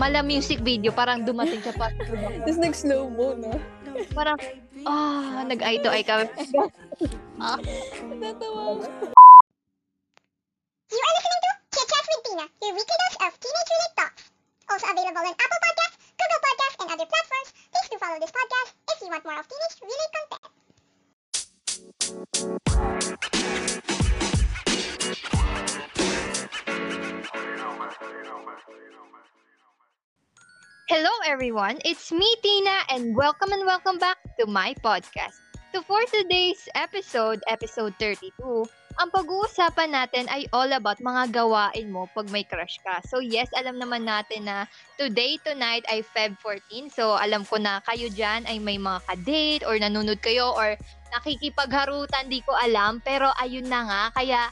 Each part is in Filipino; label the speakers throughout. Speaker 1: mala music video, parang dumating siya pa.
Speaker 2: Tapos nag-slow mo, no?
Speaker 1: parang, ah, nag-eye to eye kami.
Speaker 2: Natatawa ako.
Speaker 3: You are listening to Chit Chat with Tina, your weekly dose of teenage-related talks. Also available on Apple Podcasts, Google Podcasts, and other platforms. Please do follow this podcast if you want more of teenage-related content.
Speaker 1: Hello everyone, it's me Tina and welcome and welcome back to my podcast. So for today's episode, episode 32, ang pag-uusapan natin ay all about mga gawain mo pag may crush ka. So yes, alam naman natin na today, tonight ay Feb 14. So alam ko na kayo dyan ay may mga ka-date or nanonood kayo or nakikipagharutan, di ko alam. Pero ayun na nga, kaya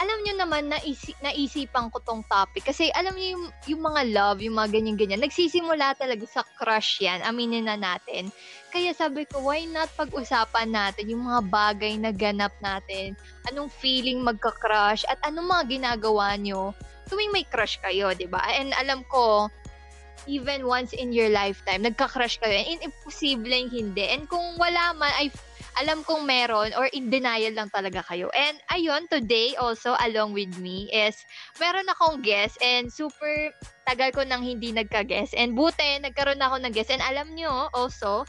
Speaker 1: alam nyo naman, naisi, naisipan ko tong topic. Kasi alam nyo yung, yung mga love, yung mga ganyan-ganyan, nagsisimula talaga sa crush yan. Aminin na natin. Kaya sabi ko, why not pag-usapan natin yung mga bagay na ganap natin? Anong feeling magka-crush? At anong mga ginagawa nyo tuwing may crush kayo, di ba? And alam ko, even once in your lifetime, nagka-crush kayo. And imposibleng hindi. And kung wala man, I alam kong meron or in denial lang talaga kayo. And ayun, today also along with me is meron akong guest and super tagal ko nang hindi nagka-guest. And buti, nagkaroon ako ng guest. And alam nyo also,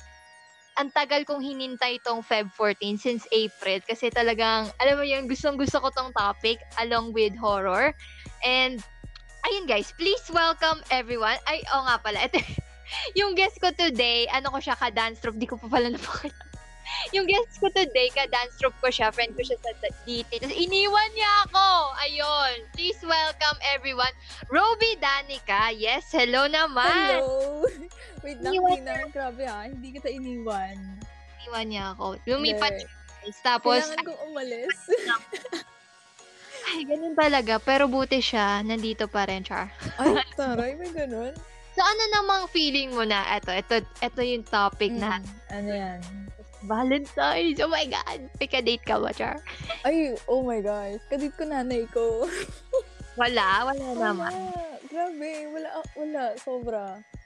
Speaker 1: ang tagal kong hinintay tong Feb 14 since April kasi talagang, alam mo yun, gustong gusto ko tong topic along with horror. And ayun guys, please welcome everyone. Ay, oo nga pala. Ito, yung guest ko today, ano ko siya ka-dance troupe, di ko pa pala napakita yung guest ko today, ka-dance troupe ko siya, friend ko siya sa sa- DT. Tapos iniwan niya ako. Ayun. Please welcome everyone. Roby Danica. Yes, hello naman.
Speaker 2: Hello! Wait lang,
Speaker 1: Iniwan
Speaker 2: Tina. Grabe ha, hindi kita iniwan.
Speaker 1: Iniwan niya ako. Lumipat
Speaker 2: Hindi.
Speaker 1: siya. guys. Tapos,
Speaker 2: Kailangan kong umalis.
Speaker 1: ay, ganun talaga. Pero buti siya, nandito pa rin, Char.
Speaker 2: Ay, taray, may ganun.
Speaker 1: So, ano namang feeling mo na, eto, eto, eto yung topic na,
Speaker 2: Mm, ano yan?
Speaker 1: Valentine's, oh my God. Pick a date ka ba, Char?
Speaker 2: Ay, oh my gosh. Kadit ko nanay ko.
Speaker 1: Wala, wala Ano naman.
Speaker 2: Wala. Grabe, wala, ah, wala, sobra.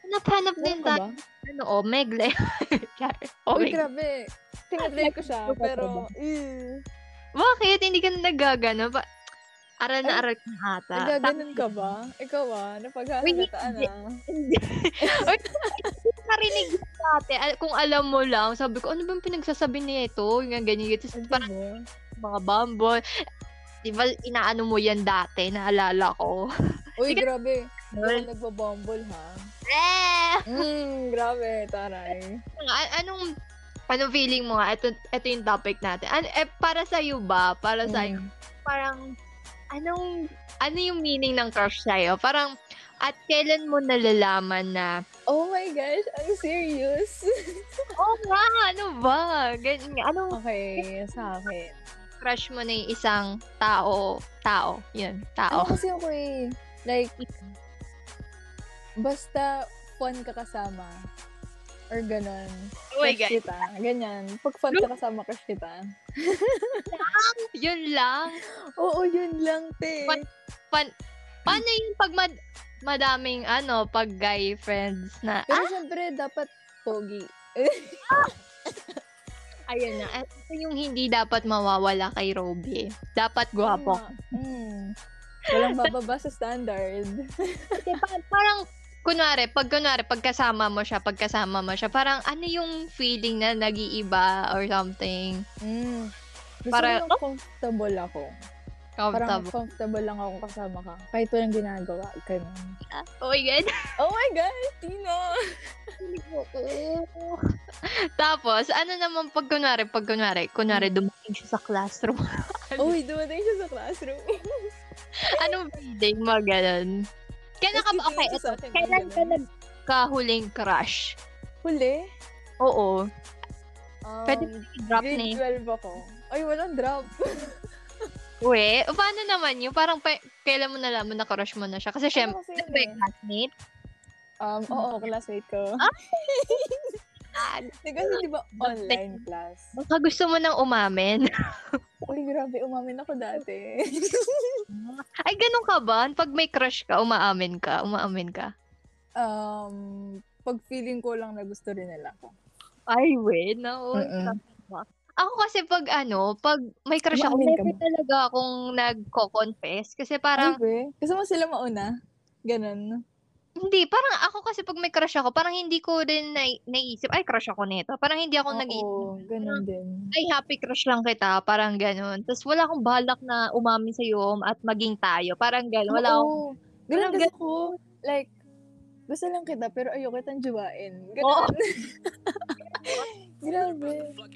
Speaker 1: Hanap-hanap
Speaker 2: Meron
Speaker 1: din
Speaker 2: ka
Speaker 1: tayo.
Speaker 2: ba?
Speaker 1: Ano, Omegle. Char,
Speaker 2: Uy,
Speaker 1: Omegle.
Speaker 2: grabe. Tinatry ko siya,
Speaker 1: Ano ba
Speaker 2: pero, eh.
Speaker 1: Bakit? Hindi ka na nagagano? Ba- aral na
Speaker 2: Ay,
Speaker 1: aral ka na ata.
Speaker 2: Nagaganon ka ba? Ikaw ah, napaghahalataan
Speaker 1: hindi.
Speaker 2: ah.
Speaker 1: Tapos narinig ko dati, al- kung alam mo lang, sabi ko, ano bang pinagsasabi niya ito? Yung ganyan, ganyan. Tapos parang
Speaker 2: Ano?
Speaker 1: mga bambol. Di ba, inaano mo yan dati, naalala ko.
Speaker 2: Uy,
Speaker 1: Sige.
Speaker 2: grabe. Hindi
Speaker 1: Girl.
Speaker 2: ako nagbabumble ha.
Speaker 1: Eh!
Speaker 2: Mm, grabe, taray.
Speaker 1: A- Ano anong, anong feeling mo nga? Ito, ito yung topic natin. An- eh, para sa'yo ba? Para sa'yo?
Speaker 2: Mm.
Speaker 1: parang anong ano yung meaning ng crush sa'yo? Parang at kailan mo nalalaman na
Speaker 2: Oh my gosh, I'm serious.
Speaker 1: oh nga, ano ba? Ganyan, anong
Speaker 2: okay, sa akin.
Speaker 1: crush mo na yung isang tao? Tao. Yun, tao.
Speaker 2: Ano kasi ako eh, like, basta fun ka kasama. Or ganon.
Speaker 1: Oh my God.
Speaker 2: Crush kita. Ganyan. Pag fun ka kasama, crush kita.
Speaker 1: Yun lang.
Speaker 2: Oo, yun lang, te.
Speaker 1: Fun- Pan paano yung pag mad- madaming ano, pag guy friends na,
Speaker 2: Pero syempre, dapat pogi.
Speaker 1: ayun na, ito yung hindi dapat mawawala kay Robby. Dapat gwapo.
Speaker 2: Tama. Mm. Walang bababa sa standard.
Speaker 1: Kasi pa- parang, kunwari, pag kunwari, pagkasama mo siya, pagkasama mo siya, parang ano yung feeling na nag-iiba or something?
Speaker 2: Mm. Gusto
Speaker 1: Para-
Speaker 2: Para, ko lang comfortable ako. Parang
Speaker 1: Comfortable.
Speaker 2: comfortable lang ako kasama ka. Kahit walang ginagawa. Ganun.
Speaker 1: Oh my God.
Speaker 2: Oh my gosh, Tina!
Speaker 1: Tapos, ano naman pag kunwari, pag kunwari, kunwari,
Speaker 2: Hmm.
Speaker 1: dumating siya sa classroom.
Speaker 2: Uy, dumating siya sa classroom.
Speaker 1: Anong feeling mo, ganun? Kailan ka ba, okay,
Speaker 2: Excuse me,
Speaker 1: ito,
Speaker 2: sa akin,
Speaker 1: kailan ka
Speaker 2: ganun.
Speaker 1: nagkahuling crush?
Speaker 2: Huli?
Speaker 1: Oo.
Speaker 2: Um,
Speaker 1: Pwede mo i-drop na yun.
Speaker 2: grade 12 ako. eh. Ay, walang drop.
Speaker 1: Uwe, o, paano naman yun? Parang pa- kailan mo nalaman na crush mo na siya? Kasi syempre,
Speaker 2: Ano kasi
Speaker 1: ano
Speaker 2: yun
Speaker 1: ba
Speaker 2: eh?
Speaker 1: yung classmate?
Speaker 2: Um,
Speaker 1: Mm-hmm.
Speaker 2: oo, classmate ko.
Speaker 1: Ah,
Speaker 2: Di kasi di ba online class?
Speaker 1: Baka gusto mo nang umamin.
Speaker 2: Uy, grabe, umamin ako dati.
Speaker 1: Ay, ganun ka ba? Pag may crush ka, umaamin ka, umaamin ka.
Speaker 2: um, pag feeling ko lang na gusto rin nila ako.
Speaker 1: I win. No,
Speaker 2: Mm-mm.
Speaker 1: Ako kasi pag ano, pag may crush ako,
Speaker 2: Maamin ka
Speaker 1: never
Speaker 2: ba?
Speaker 1: talaga akong nagko-confess. Kasi
Speaker 2: Parang,
Speaker 1: parang,
Speaker 2: Gusto mo sila mauna? Ganun.
Speaker 1: hindi, parang ako kasi pag may crush ako, parang hindi ko rin nai- naisip, ay, crush ako nito. Parang hindi ako nag
Speaker 2: Oo, ganun din.
Speaker 1: ay, happy crush lang kita, parang ganun. Tapos wala akong balak na umamin sa'yo at maging tayo. Parang ganun. Wala akong
Speaker 2: Oo. Ganun
Speaker 1: Walang
Speaker 2: gusto ko. Like, gusto lang kita pero ayoko kitang jawain.
Speaker 1: Oo.
Speaker 2: Ganun. Grabe.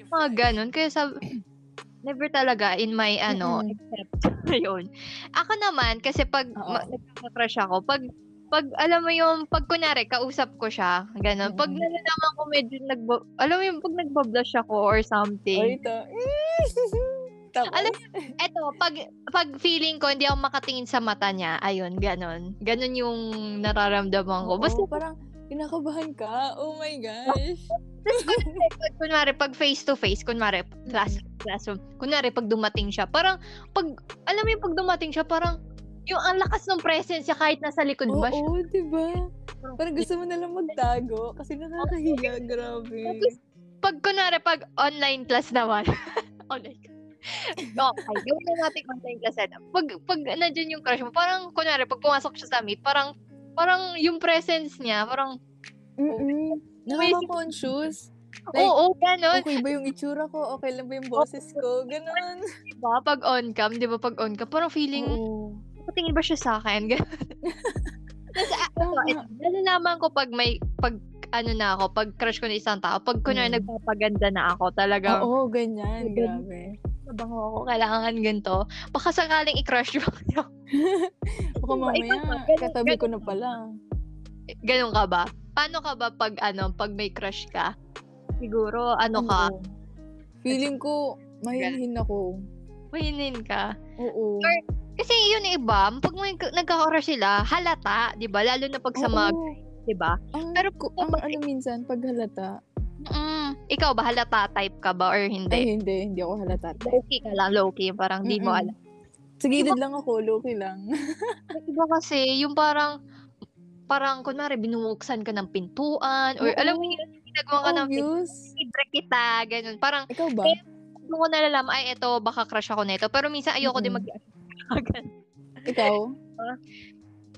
Speaker 1: mga ganun. Kaya sabi, never talaga in my ano,
Speaker 2: Mm-mm.
Speaker 1: except yun. Ako naman, kasi pag
Speaker 2: Oo.
Speaker 1: ma- nagkaka-crush ako, pag pag alam mo yung pag kunwari kausap ko siya, ganun. Pag
Speaker 2: Mm-mm.
Speaker 1: nalalaman ko medyo nagba, alam mo yung pag nagbablush ako or
Speaker 2: O
Speaker 1: something.
Speaker 2: Oh, ito. Tapos.
Speaker 1: Alam, eto, pag, pag feeling ko hindi ako makatingin sa mata niya, ayun, ganun. Ganun yung nararamdaman ko.
Speaker 2: Oo,
Speaker 1: Basta
Speaker 2: parang kinakabahan ka. Oh my gosh.
Speaker 1: Tapos kunwari, pag, kunwari, pag face to face, kunwari,
Speaker 2: Mm.
Speaker 1: class, classroom, kunwari, pag dumating siya, parang, pag, alam mo yung pag dumating siya, parang, yung ang lakas ng presence niya kahit nasa likod
Speaker 2: Oo,
Speaker 1: ba siya.
Speaker 2: diba? Parang gusto mo nalang magtago kasi nakakahiya. Grabe.
Speaker 1: Tapos, pag kunwari, pag online class naman, online class. Okay, gawin na natin online class setup. Pag, pag nandiyan yung crush mo, parang, kunwari, pag pumasok siya sa meet, parang, parang yung presence niya, parang,
Speaker 2: Mm-mm. Nakaka-conscious. Like,
Speaker 1: oo,
Speaker 2: oh.
Speaker 1: ganun.
Speaker 2: Okay ba yung itsura ko? Okay lang ba yung boses ko? Ganun.
Speaker 1: Diba? Pag on cam, di ba pag on cam, parang feeling,
Speaker 2: Oo.
Speaker 1: patingin ba siya sa akin? Ganun. Tapos, ah, ito,
Speaker 2: Tama.
Speaker 1: ito, nalalaman ko pag may, pag ano na ako, pag crush ko na isang tao, pag kunwari
Speaker 2: Mm.
Speaker 1: nagpapaganda na ako, talaga,
Speaker 2: Oo, ganyan.
Speaker 1: Ganun.
Speaker 2: Grabe.
Speaker 1: nabango ako, kailangan ganito. Baka sakaling i-crush mo ako.
Speaker 2: Baka
Speaker 1: Iba, iba pa.
Speaker 2: mamaya,
Speaker 1: Ganun,
Speaker 2: katabi ko na pala.
Speaker 1: Ganun ka ba? Paano ka ba pag ano, pag may crush ka? Siguro, ano ka,
Speaker 2: Oo. Feeling ko, mahinhin ako.
Speaker 1: mahinin ka.
Speaker 2: Oo.
Speaker 1: Or Kasi yun yung iba, pag may nagka-crush sila, halata, di ba? Lalo na pag sa
Speaker 2: Oo.
Speaker 1: mag, di ba?
Speaker 2: Ang,
Speaker 1: Pero
Speaker 2: ko-
Speaker 1: kung
Speaker 2: ang
Speaker 1: pag-
Speaker 2: ano minsan, pag halata,
Speaker 1: Mm, ikaw ba, halata type ka ba or
Speaker 2: ay
Speaker 1: hindi?
Speaker 2: hindi, hindi ako halata.
Speaker 1: Low-key ka lang, low-key, parang di mo
Speaker 2: Mm-mm.
Speaker 1: alam. Diba?
Speaker 2: Sa gilid lang ako, low-key lang.
Speaker 1: Yung Iba kasi, yung parang, parang, kunwari, binubuksan ka ng pintuan, or alam mo
Speaker 2: Oo.
Speaker 1: yun, ginagawa ka ng pintuan,
Speaker 2: Obvious.
Speaker 1: libre kita, ganun. Parang,
Speaker 2: Ikaw ba?
Speaker 1: Eh, doon ko nalalaman, ay, eto, baka crush ako nito. Pero minsan, ayoko din
Speaker 2: Mm-mm.
Speaker 1: mag Agad.
Speaker 2: Ikaw?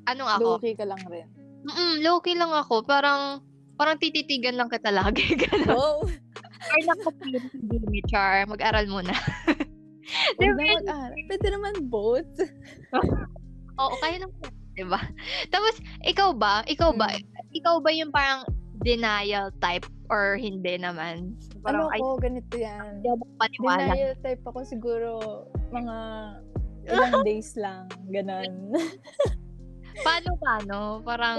Speaker 1: Ano nga ako?
Speaker 2: Low-key ka lang rin.
Speaker 1: Mm, low-key lang ako. Parang, parang tititigan lang kita lagi. Ganun.
Speaker 2: Wow!
Speaker 1: Or nakapilin si Jimmy Char. Mag-aral muna.
Speaker 2: Huwag
Speaker 1: Diba?
Speaker 2: na mag-aral. Pwede naman both.
Speaker 1: Oo, kaya naman. Diba? Tapos, ikaw ba? Ikaw ba?
Speaker 2: Mm.
Speaker 1: Ikaw ba yung parang denial type or hindi naman?
Speaker 2: Ano
Speaker 1: Parang, ay,
Speaker 2: ko, ganito yan.
Speaker 1: hindi ako paniwala.
Speaker 2: Denial type ako siguro mga ilang days lang. Ganon.
Speaker 1: Paano, paano? Parang,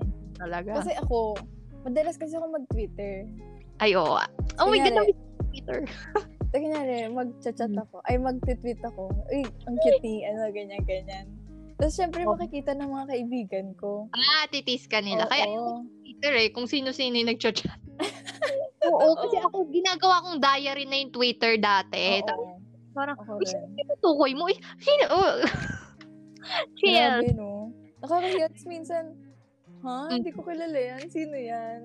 Speaker 1: din talaga.
Speaker 2: Kasi ako, madalas kasi ako mag-Twitter.
Speaker 1: ay, oo. Oh my God,
Speaker 2: kunyari-
Speaker 1: nabis- Peter.
Speaker 2: Tapos kunyari, mag-chat-chat
Speaker 1: Mm.
Speaker 2: ako. Ay, mag-tweet ako. Uy, ang cute ni, ano, ganyan, ganyan. Tapos syempre
Speaker 1: Oh.
Speaker 2: makikita ng mga kaibigan ko.
Speaker 1: Ah, titis ka nila.
Speaker 2: Oo.
Speaker 1: Kaya ayaw ko sa Twitter eh, kung sino-sino yung nagchat-chat. oo, kasi
Speaker 2: Oo.
Speaker 1: ako, ginagawa kong diary na yung Twitter dati. Eh, Tapos,
Speaker 2: Oo.
Speaker 1: parang,
Speaker 2: Ako
Speaker 1: uy,
Speaker 2: rin.
Speaker 1: sino yung tukoy mo? Uy, sino? Oh. Chill.
Speaker 2: Grabe, no? Nakakahiyats minsan. Ha?
Speaker 1: Mm.
Speaker 2: Hindi ko kilala yan. Sino yan?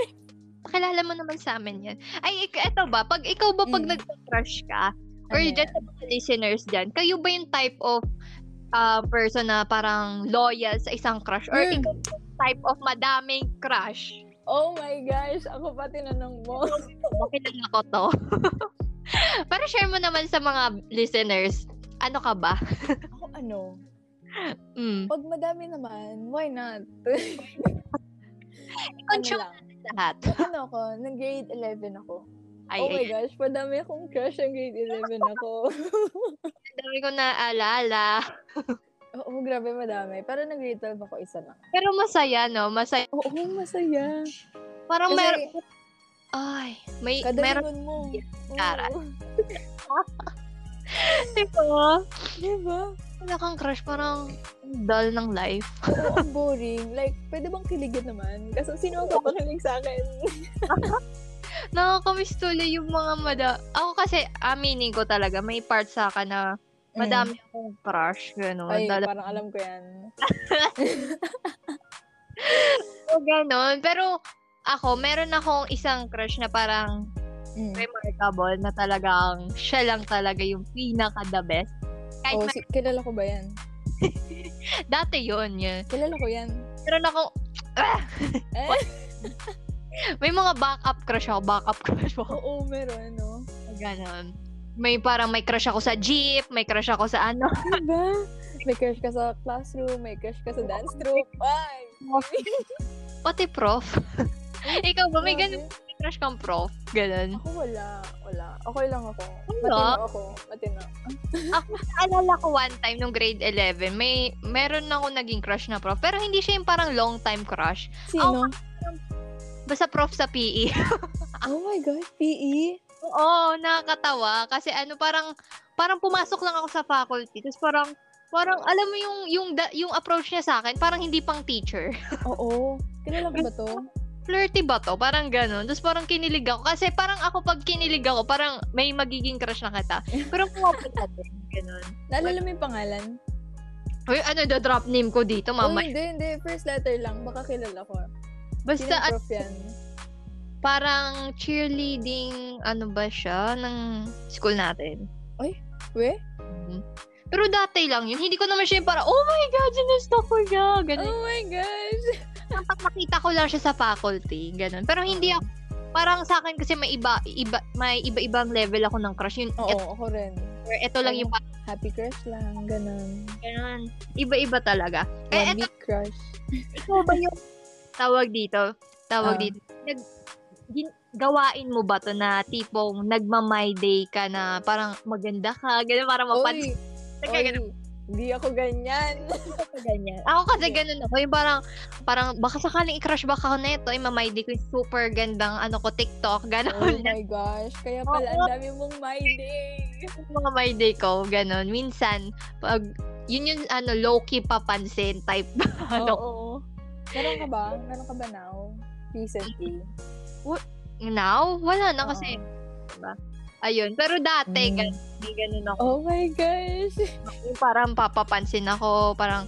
Speaker 1: Pakilala mo naman sa amin yan. Ay, ik- eto ba? Pag ikaw ba pag
Speaker 2: Mm.
Speaker 1: nag-crush ka, or
Speaker 2: Ano
Speaker 1: dyan
Speaker 2: yan?
Speaker 1: sa mga listeners dyan, kayo ba yung type of ah, person na parang loyal sa isang crush? Or
Speaker 2: Mm.
Speaker 1: ikaw yung type of madaming crush?
Speaker 2: Oh my gosh, ako pa tinanong mo.
Speaker 1: Bakit lang ako to? Para share mo naman sa mga listeners, ano ka ba?
Speaker 2: ako ano?
Speaker 1: Mm.
Speaker 2: Pag madami naman, why not?
Speaker 1: I-consume
Speaker 2: lang?
Speaker 1: lahat.
Speaker 2: Ano ako? Nag grade 11 ako.
Speaker 1: Ay,
Speaker 2: oh
Speaker 1: ay,
Speaker 2: my gosh, madami akong crush ang grade 11 ako.
Speaker 1: ang dami ko naaalala.
Speaker 2: Oo, grabe madami. Pero nag-grade 12 ako isa na.
Speaker 1: Pero masaya, no? Masaya.
Speaker 2: Oo, masaya.
Speaker 1: Parang
Speaker 2: Kasi
Speaker 1: meron... Ay, may... Meron...
Speaker 2: Kadalingon mo.
Speaker 1: Tara.
Speaker 2: Oo.
Speaker 1: Diba?
Speaker 2: Diba?
Speaker 1: Wala kang crush, parang ang dull ng life.
Speaker 2: Oo, ang boring. Like, pwede bang kiligin naman? Kaso sino ang papakilig sa akin?
Speaker 1: Nakakamiss tuloy yung mga mada... Ako kasi, aminin ko talaga, may part sa akin na
Speaker 2: Mm.
Speaker 1: madami akong crush, gano'n.
Speaker 2: Ay,
Speaker 1: Dala-
Speaker 2: parang alam ko yan.
Speaker 1: ganon. Pero ako, meron akong isang crush na parang
Speaker 2: Mm.
Speaker 1: remarkable na talagang siya lang talaga yung pinaka-the best. Kahit
Speaker 2: Oh,
Speaker 1: ma-
Speaker 2: si- kilala ko ba yan?
Speaker 1: dati yun, yun.
Speaker 2: Kilala ko yan.
Speaker 1: Meron akong,
Speaker 2: Eh,
Speaker 1: may mga backup crush ako, backup crush ako.
Speaker 2: oo, meron, no?
Speaker 1: Ganon. May parang may crush ako sa jeep, may crush ako sa ano.
Speaker 2: Diba? May crush ka sa classroom, may crush ka sa dance troupe. Ay!
Speaker 1: Pati prof. Ikaw ba may ganun
Speaker 2: grabe.
Speaker 1: may crush kang prof? Ganon.
Speaker 2: Ako wala, wala. Okay lang ako.
Speaker 1: Wala?
Speaker 2: Matino ako, matino.
Speaker 1: Alala ko one time nung grade 11, may meron na ako naging crush na prof. Pero hindi siya yung parang long time crush.
Speaker 2: Sino?
Speaker 1: Basta prof sa E. PE.
Speaker 2: Oh my God, PE?
Speaker 1: Oo, nakakatawa. Kasi ano, parang, parang pumasok lang ako sa faculty. Tapos parang, parang alam mo yung, yung, da- yung approach niya sa akin, parang hindi pang teacher.
Speaker 2: Oo. Kilala ko ba to?
Speaker 1: Flirty ba to? Parang ganun. Tapos parang kinilig ako. Kasi parang ako pag kinilig ako, parang may magiging crush na kita. Pero pumapit natin. Ganun.
Speaker 2: Naalala mo yung pangalan?
Speaker 1: Uy, ano, the drop name ko dito,
Speaker 2: Oh,
Speaker 1: mama.
Speaker 2: hindi, hindi. First letter lang. Baka kilala ko. Sino
Speaker 1: Basta,
Speaker 2: yung
Speaker 1: at
Speaker 2: prof yan?
Speaker 1: parang cheerleading, ano ba siya, ng school natin.
Speaker 2: We?
Speaker 1: Mhm. Pero dati lang yun. Hindi ko naman siya yung para, oh my God, ginusto ko niya. Ganun.
Speaker 2: Oh my gosh! Ah.
Speaker 1: Kapag nakita ko lang siya sa faculty, ganun. Pero hindi ako, parang sa akin kasi may iba, iba may iba-ibang level ako ng crush. Yun,
Speaker 2: Oo, ako rin.
Speaker 1: ito, ito lang yung parang
Speaker 2: Happy crush lang, ganun.
Speaker 1: ganun. Iba-iba talaga.
Speaker 2: One
Speaker 1: Eh, eto,
Speaker 2: week crush.
Speaker 1: ikaw ba yung tawag dito? Tawag
Speaker 2: Ah.
Speaker 1: dito. Nag, gin- gawain mo ba to na tipong nagma-my day ka na parang maganda ka, ganun, parang mapansin
Speaker 2: Oy!
Speaker 1: ka,
Speaker 2: Oy!
Speaker 1: ganun.
Speaker 2: Hindi ako ganyan.
Speaker 1: Ako ganyan. Ako kasi
Speaker 2: Yeah.
Speaker 1: ganun ako. Yung parang, parang baka sakaling i-crush back ako na ito, imamaydi ko yung super gandang ano ko, TikTok,
Speaker 2: Oh
Speaker 1: ganun.
Speaker 2: my gosh. Kaya pala,
Speaker 1: Oo.
Speaker 2: ang dami mong my day.
Speaker 1: Yung mga my day ko, ganun. Minsan, pag, yun yung ano, low-key papansin type. ano,
Speaker 2: Oo. Meron ka ba? Meron ka ba now? Recently?
Speaker 1: now, wala na kasi,
Speaker 2: Oo. Ah.
Speaker 1: ayun. Pero dati,
Speaker 2: Mm.
Speaker 1: ganun, may ganun ako.
Speaker 2: Oh my gosh!
Speaker 1: Yung Parang papapansin ako, parang,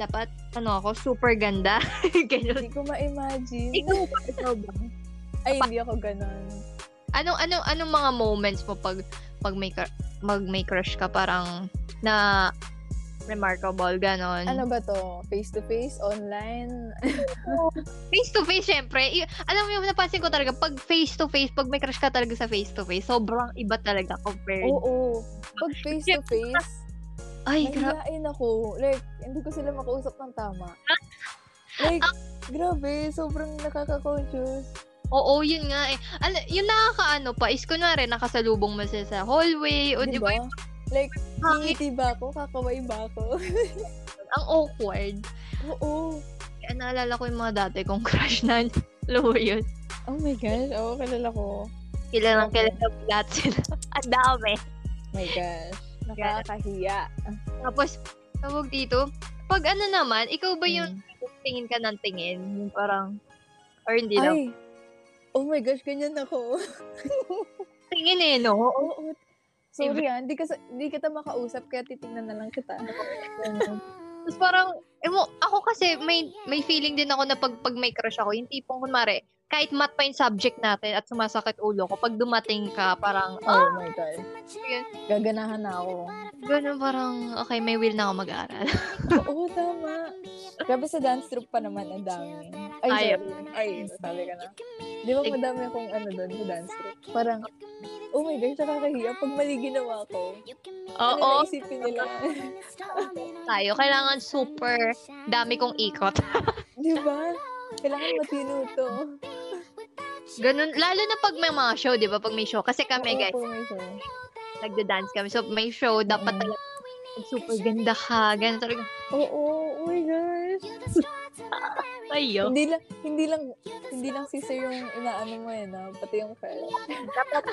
Speaker 1: dapat, ano ako, super ganda. ganun.
Speaker 2: Hindi ko ma-imagine.
Speaker 1: Ikaw ba? Ikaw ba?
Speaker 2: Ay, hindi ako ganun.
Speaker 1: Anong anong ano, anong mga moments mo pag pag may cr- mag may crush ka parang na remarkable ganon.
Speaker 2: Ano ba to? Face-to-face? Online?
Speaker 1: Face to face syempre. I- alam mo yung napansin ko talaga pag face to face, pag may crush ka talaga sa face to face, sobrang iba talaga compared.
Speaker 2: Oo. Pag face-to-face,
Speaker 1: Oh, Ay, grabe.
Speaker 2: Nahihain ako. Like, hindi ko sila makausap ng tama. Like,
Speaker 1: Ah.
Speaker 2: grabe, sobrang nakaka-conscious.
Speaker 1: Oo, yun nga eh. Ala- yung nakakaano pa is kunwari nakasalubong mo siya sa hallway o di ba?
Speaker 2: Diba? Like,
Speaker 1: Hangit.
Speaker 2: ngiti ba ako? Kakaway ba ako?
Speaker 1: Ang awkward.
Speaker 2: Oo.
Speaker 1: Kaya naalala ko yung mga dati kong crush na alam mo yun.
Speaker 2: Oh my gosh, oo, kilala ko.
Speaker 1: Kilala
Speaker 2: Okay.
Speaker 1: kilala mo lahat sila. Ang dami.
Speaker 2: My gosh, nakakahiya.
Speaker 1: Tapos, tawag dito, pag ano naman, ikaw ba yung
Speaker 2: Mm.
Speaker 1: tingin ka ng tingin? Yung parang, or hindi lang.
Speaker 2: Ay, oh my gosh, ganyan ako.
Speaker 1: Tingin eh, no?
Speaker 2: Oo. Sorry ah, hindi, kasi, hindi kita makausap, kaya titignan na lang kita.
Speaker 1: Tapos parang, emo, ako kasi may may feeling din ako na pag, pag may crush ako, yung tipong kunwari, kahit mat pa yung subject natin at sumasakit ulo ko, pag dumating ka, parang,
Speaker 2: Oh
Speaker 1: ah,
Speaker 2: my God.
Speaker 1: yun.
Speaker 2: Gaganahan na ako.
Speaker 1: Ganun, parang, okay, may will na ako mag-aaral.
Speaker 2: Oo, tama. Grabe sa dance troupe pa naman, ang dami. Ay,
Speaker 1: Ayaw.
Speaker 2: sorry. Ay, sabi ka na. Di ba madami akong ano doon sa dance troupe? Parang, oh my gosh, nakakahiya. Pag mali ginawa ko, ano
Speaker 1: Oo,
Speaker 2: naisipin nila?
Speaker 1: tayo. Kailangan super dami kong ikot.
Speaker 2: Di ba? Kailangan matino to.
Speaker 1: Ganun, lalo na pag may mga show, di ba? Pag may show. Kasi kami,
Speaker 2: Oo,
Speaker 1: guys,
Speaker 2: for Oh my sure.
Speaker 1: nagda-dance kami. So, may show, dapat
Speaker 2: Mm.
Speaker 1: talaga super ganda ka, ganun talaga.
Speaker 2: Oo, oh my gosh.
Speaker 1: Ayo.
Speaker 2: Hindi lang, hindi lang, hindi lang si sir yung inaano mo eh, no? Pati yung crush.
Speaker 1: Dapat